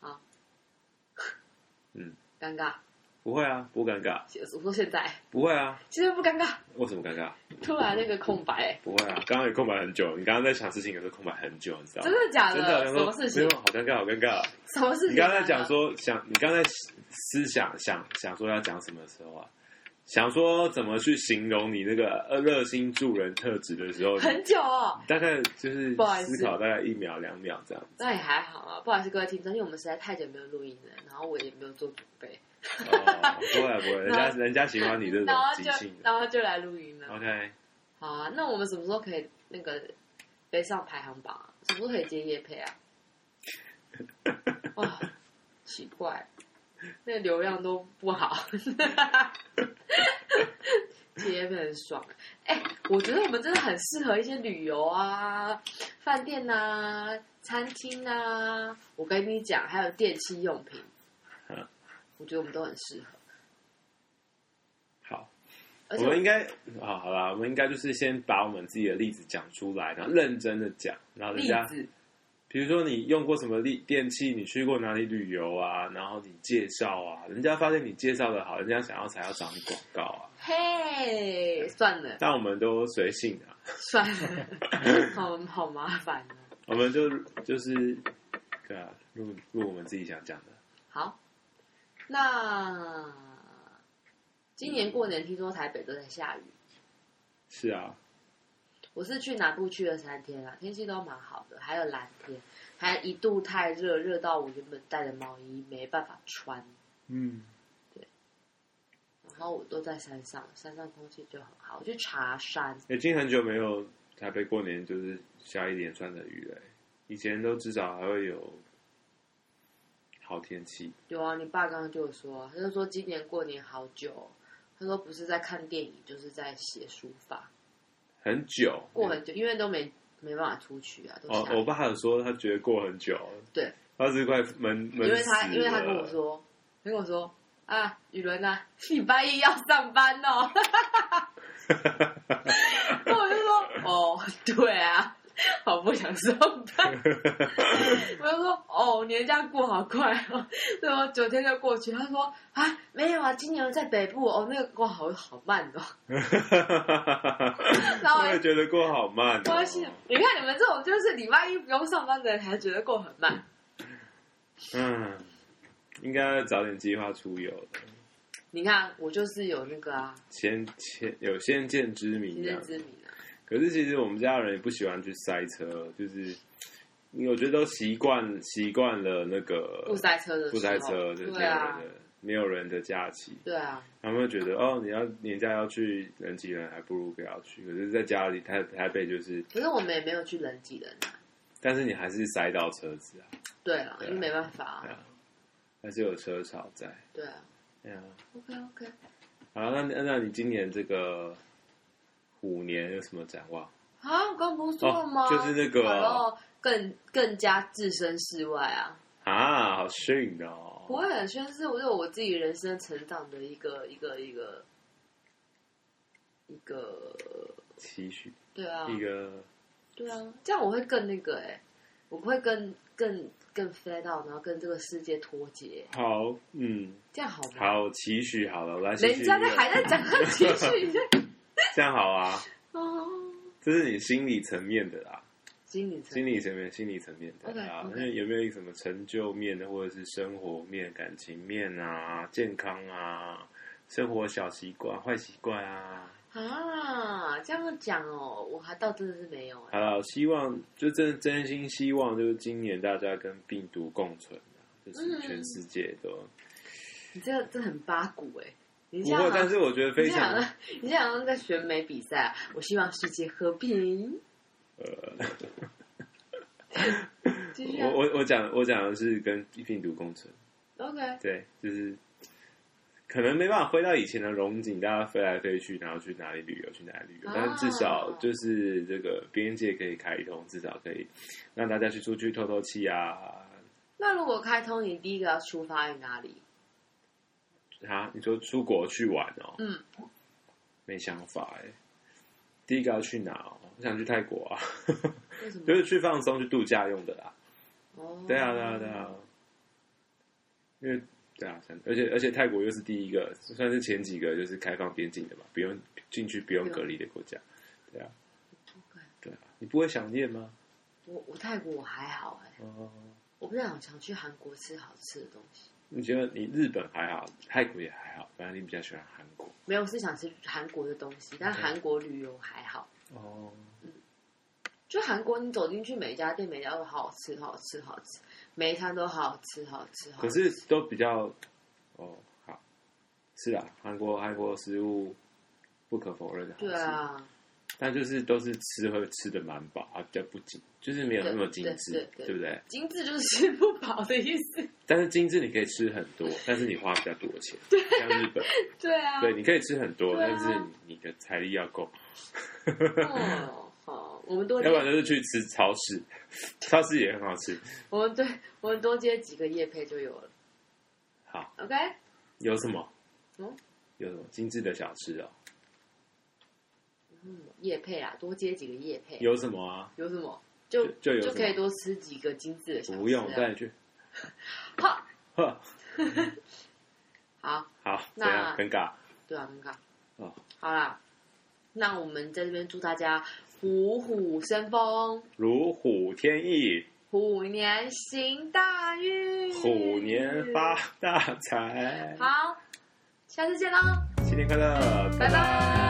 Speaker 2: 啊，
Speaker 1: 尴尬。
Speaker 2: 不会啊，不尴尬，
Speaker 1: 我说现在，
Speaker 2: 不会啊，
Speaker 1: 现在不尴尬，
Speaker 2: 为什么尴尬？
Speaker 1: 突然那个空白、
Speaker 2: 不会啊，刚刚也空白很久。你刚刚在想事情，可是空白很久，你知道吗
Speaker 1: 真？的假
Speaker 2: 啊真的，
Speaker 1: 什
Speaker 2: 我
Speaker 1: 么
Speaker 2: 想
Speaker 1: 事
Speaker 2: 说没
Speaker 1: 情
Speaker 2: 有，？好尴尬，好尴尬。
Speaker 1: 什么事情？
Speaker 2: 你刚刚在讲，说想，你刚才思想想想说要讲什么的时候啊？想说怎么去形容你那个呃热心助人特质的时候，
Speaker 1: [LAUGHS] 很久哦。
Speaker 2: 大概就是
Speaker 1: 不好意思
Speaker 2: 思考大概一秒两秒这
Speaker 1: [LAUGHS]
Speaker 2: 样。
Speaker 1: 那也还好啊，不好意思各位听众，因为我们实在太久没有录音了，然后我也没有做准备，
Speaker 2: 哦，不会不啊会，人家
Speaker 1: 然后
Speaker 2: 人家喜欢你这
Speaker 1: [LAUGHS]
Speaker 2: 种
Speaker 1: 然后
Speaker 2: 即
Speaker 1: 就
Speaker 2: 兴的。
Speaker 1: 然后就来录音了。
Speaker 2: OK，
Speaker 1: 好啊，那我们什么时候可以那个背上排行榜、啊？什么时候可以接夜配
Speaker 2: [LAUGHS]
Speaker 1: 啊？哇，奇怪，那个流量都不好，
Speaker 2: [LAUGHS]
Speaker 1: 接夜配很爽。哎、我觉得我们真的很适合一些旅游啊、饭店啊、餐厅啊。我跟你讲，还有电器用
Speaker 2: [LAUGHS]
Speaker 1: 品
Speaker 2: 嗯，
Speaker 1: 我觉得我们都很适合。
Speaker 2: 好，
Speaker 1: 而
Speaker 2: 我
Speaker 1: 且
Speaker 2: 们应该啊，好啦，我们应该就是先把我们自己的例子讲出来，然后认真的讲，然后人
Speaker 1: 例
Speaker 2: 家
Speaker 1: 子，
Speaker 2: 比如说你用过什么电电器，你去过哪里旅游啊，然后你介绍啊，人家发现你介绍的好，人家想要才要找你广告啊。
Speaker 1: 嘿，算了。
Speaker 2: 但我们都随性啊，
Speaker 1: 算了，好好麻烦哦。
Speaker 2: 我们就就是对啊，录录我们自己想讲的。
Speaker 1: 好，那今年过年听说台北都在下雨，
Speaker 2: 是啊，
Speaker 1: 我是去南部去了三天啊，天气都蛮好的，还有蓝天，还一度太热，热到我原本带的毛衣没办法穿，
Speaker 2: 嗯，
Speaker 1: 然后我都在山上，山上空气就很好，我去爬山，
Speaker 2: 已经很久没有台北过年就是下一连串的雨了欸、以前都至少还会有好天气。
Speaker 1: 有啊，你爸刚刚就有说，他就说今年过年好久哦，他说不是在看电影，就是在写书法，
Speaker 2: 很久，
Speaker 1: 过很久，因为都没没办法出去啊，都
Speaker 2: 哦
Speaker 1: 下，雨
Speaker 2: 我爸有说他觉得过很久，
Speaker 1: 对，
Speaker 2: 他是快闷闷
Speaker 1: 因为
Speaker 2: 死
Speaker 1: 他
Speaker 2: 了
Speaker 1: 因为他跟我说，他跟我说，啊，雨伦啊，礼拜一要上班哦。 [LAUGHS] 然后我就说，哦，对啊，好不想上
Speaker 2: [LAUGHS]
Speaker 1: 班。我就说，哦，年假过好快哦，然后九天就过去。他说，啊，没有啊，今年在北部哦，那个过好好慢哦。
Speaker 2: [LAUGHS]
Speaker 1: 然后
Speaker 2: 我也觉得过好慢、哦。
Speaker 1: 关系，你看你们这种就是礼拜一不用上班的人，还觉得过很慢。
Speaker 2: 嗯，应该早点计划出游的，
Speaker 1: 你看，我就是有那个啊，
Speaker 2: 先先有先见之明
Speaker 1: 你
Speaker 2: 这样
Speaker 1: 认。知你啊，
Speaker 2: 可是其实我们家人也不喜欢去塞车，就是我觉得都习惯习惯了那个
Speaker 1: 不塞车的时候，
Speaker 2: 不塞车，对对
Speaker 1: 对啊
Speaker 2: 对，，没有人的假期，
Speaker 1: 对啊，
Speaker 2: 他们会觉得哦，你要年假要去人挤人，还不如不要去。可是在家里台台北就是，
Speaker 1: 可是我们也没有去人挤人啊。
Speaker 2: 但是你还是塞到车子啊，
Speaker 1: 对了，
Speaker 2: 对啊
Speaker 1: 因为没办法啊
Speaker 2: 对，啊，还是有车潮在，
Speaker 1: 对啊
Speaker 2: 对啊。
Speaker 1: ，OK OK，
Speaker 2: 好，那那那你今年这个虎年有什么展望？
Speaker 1: 啊，我刚不是说了吗？
Speaker 2: 哦就是那个
Speaker 1: 然后更更加置身事外啊，
Speaker 2: 啊，好逊
Speaker 1: 不
Speaker 2: 哦！
Speaker 1: 会啊很宣誓，我有我自己人生成长的一个一个一个一个，
Speaker 2: 期许
Speaker 1: 对啊，
Speaker 2: 一个
Speaker 1: 对啊，这样我会更那个哎、我会更更更 flat out，然后跟这个世界脱节，
Speaker 2: 好，嗯，
Speaker 1: 这样好吗？
Speaker 2: 好期许好了，我来期许
Speaker 1: 人
Speaker 2: 一
Speaker 1: 家
Speaker 2: 个
Speaker 1: 在还在讲他情
Speaker 2: [LAUGHS]
Speaker 1: 绪，你在
Speaker 2: 这样好啊，
Speaker 1: 哦，
Speaker 2: 这是你心理层面的啦，
Speaker 1: 心理层
Speaker 2: 心理层面、心理层面的啊，
Speaker 1: OK，OK
Speaker 2: 那有没有一个什么成就面的，或者是生活面、感情面啊、健康啊、生活小习惯、坏习惯啊？
Speaker 1: 啊，这样讲哦，我还倒真的是没有哎、
Speaker 2: 好了，我希望就真真心希望，就是今年大家跟病毒共存啊、就是
Speaker 1: 嗯
Speaker 2: 全世界都、
Speaker 1: 你这个这很八股哎、你
Speaker 2: 不
Speaker 1: 这样好
Speaker 2: 过，
Speaker 1: 像
Speaker 2: 但是我觉得非
Speaker 1: 你这
Speaker 2: 常
Speaker 1: 样好像啊你这样好像在选美比赛、啊，我希望世界和平。呃， [LAUGHS] 继续、
Speaker 2: 我
Speaker 1: 啊、
Speaker 2: 我我讲我讲的是跟病毒共存，
Speaker 1: ，OK，
Speaker 2: 对，就是可能没办法回到以前的荣景，大家飞来飞去，然后去哪里旅游去哪里旅游，
Speaker 1: 啊
Speaker 2: 但至少就是这个边界可以开通，至少可以让大家去出去透透气啊
Speaker 1: 那如果开通，你第一个要出发于哪里？
Speaker 2: 啊！你说出国去玩哦，
Speaker 1: 嗯，
Speaker 2: 没想法哎、第一个要去哪哦？我想去泰国啊，
Speaker 1: 为什么？
Speaker 2: 就是去放松、去度假用的啦。
Speaker 1: 哦，
Speaker 2: 对啊，对啊，对啊，因为对啊，想而且而且泰国又是第一个，算是前几个就是开放边境的嘛，不用进去不用隔离的国家。对啊，对啊，你不会想念吗？
Speaker 1: 我我泰国我还好哎、
Speaker 2: 哦，
Speaker 1: 我不是很常去韩国吃好吃的东西，
Speaker 2: 你觉得你日本还好，泰国也还好，反正你比较喜欢韩国。
Speaker 1: 没有是想吃韩国的东西，但韩国旅游还好。
Speaker 2: 哦，
Speaker 1: 就韩国，你走进去每一家店，每一家都好好吃，好好吃，好好吃，每一餐都好好吃，好好吃，好好
Speaker 2: 可
Speaker 1: 吃。
Speaker 2: 是都比较哦，好，是啊，韩国韩国食物不可否认的好吃，
Speaker 1: 对啊，
Speaker 2: 但就是都是吃会吃的蛮饱，啊，比较不精，就是没有那么精致，
Speaker 1: 对对对
Speaker 2: 对不对？
Speaker 1: 精致就是吃不饱的意思。
Speaker 2: 但是精致你可以吃很多，但是你花比较多钱。对，像日本，
Speaker 1: 对啊，
Speaker 2: 对，你可以吃很多，
Speaker 1: 对啊
Speaker 2: 但是你的财力要够，
Speaker 1: 哦，好，我们多
Speaker 2: 要不然
Speaker 1: 接，
Speaker 2: 就是去吃超市，超市也很好吃。
Speaker 1: 我们对，我们多接几个夜配就有了。
Speaker 2: 好，
Speaker 1: OK，
Speaker 2: 有什么？
Speaker 1: 嗯
Speaker 2: 有什么精致的小吃哦？
Speaker 1: 嗯，夜配啊，多接几个夜配，
Speaker 2: 有什么啊？
Speaker 1: 有什么就
Speaker 2: 就就有什么
Speaker 1: 可以多吃几个精致的小吃、啊。
Speaker 2: 不用，我带你去。
Speaker 1: 好，
Speaker 2: 呵，
Speaker 1: 好，
Speaker 2: 好，怎
Speaker 1: 那
Speaker 2: 样？尴尬
Speaker 1: 对啊，尴尬。
Speaker 2: 哦，
Speaker 1: 好啦，那我们在这边祝大家虎虎生风，
Speaker 2: 如虎添翼，
Speaker 1: 虎年行大运，
Speaker 2: 虎年发大财，
Speaker 1: [LAUGHS] 好，下次见喽，
Speaker 2: 新年快乐，
Speaker 1: 拜拜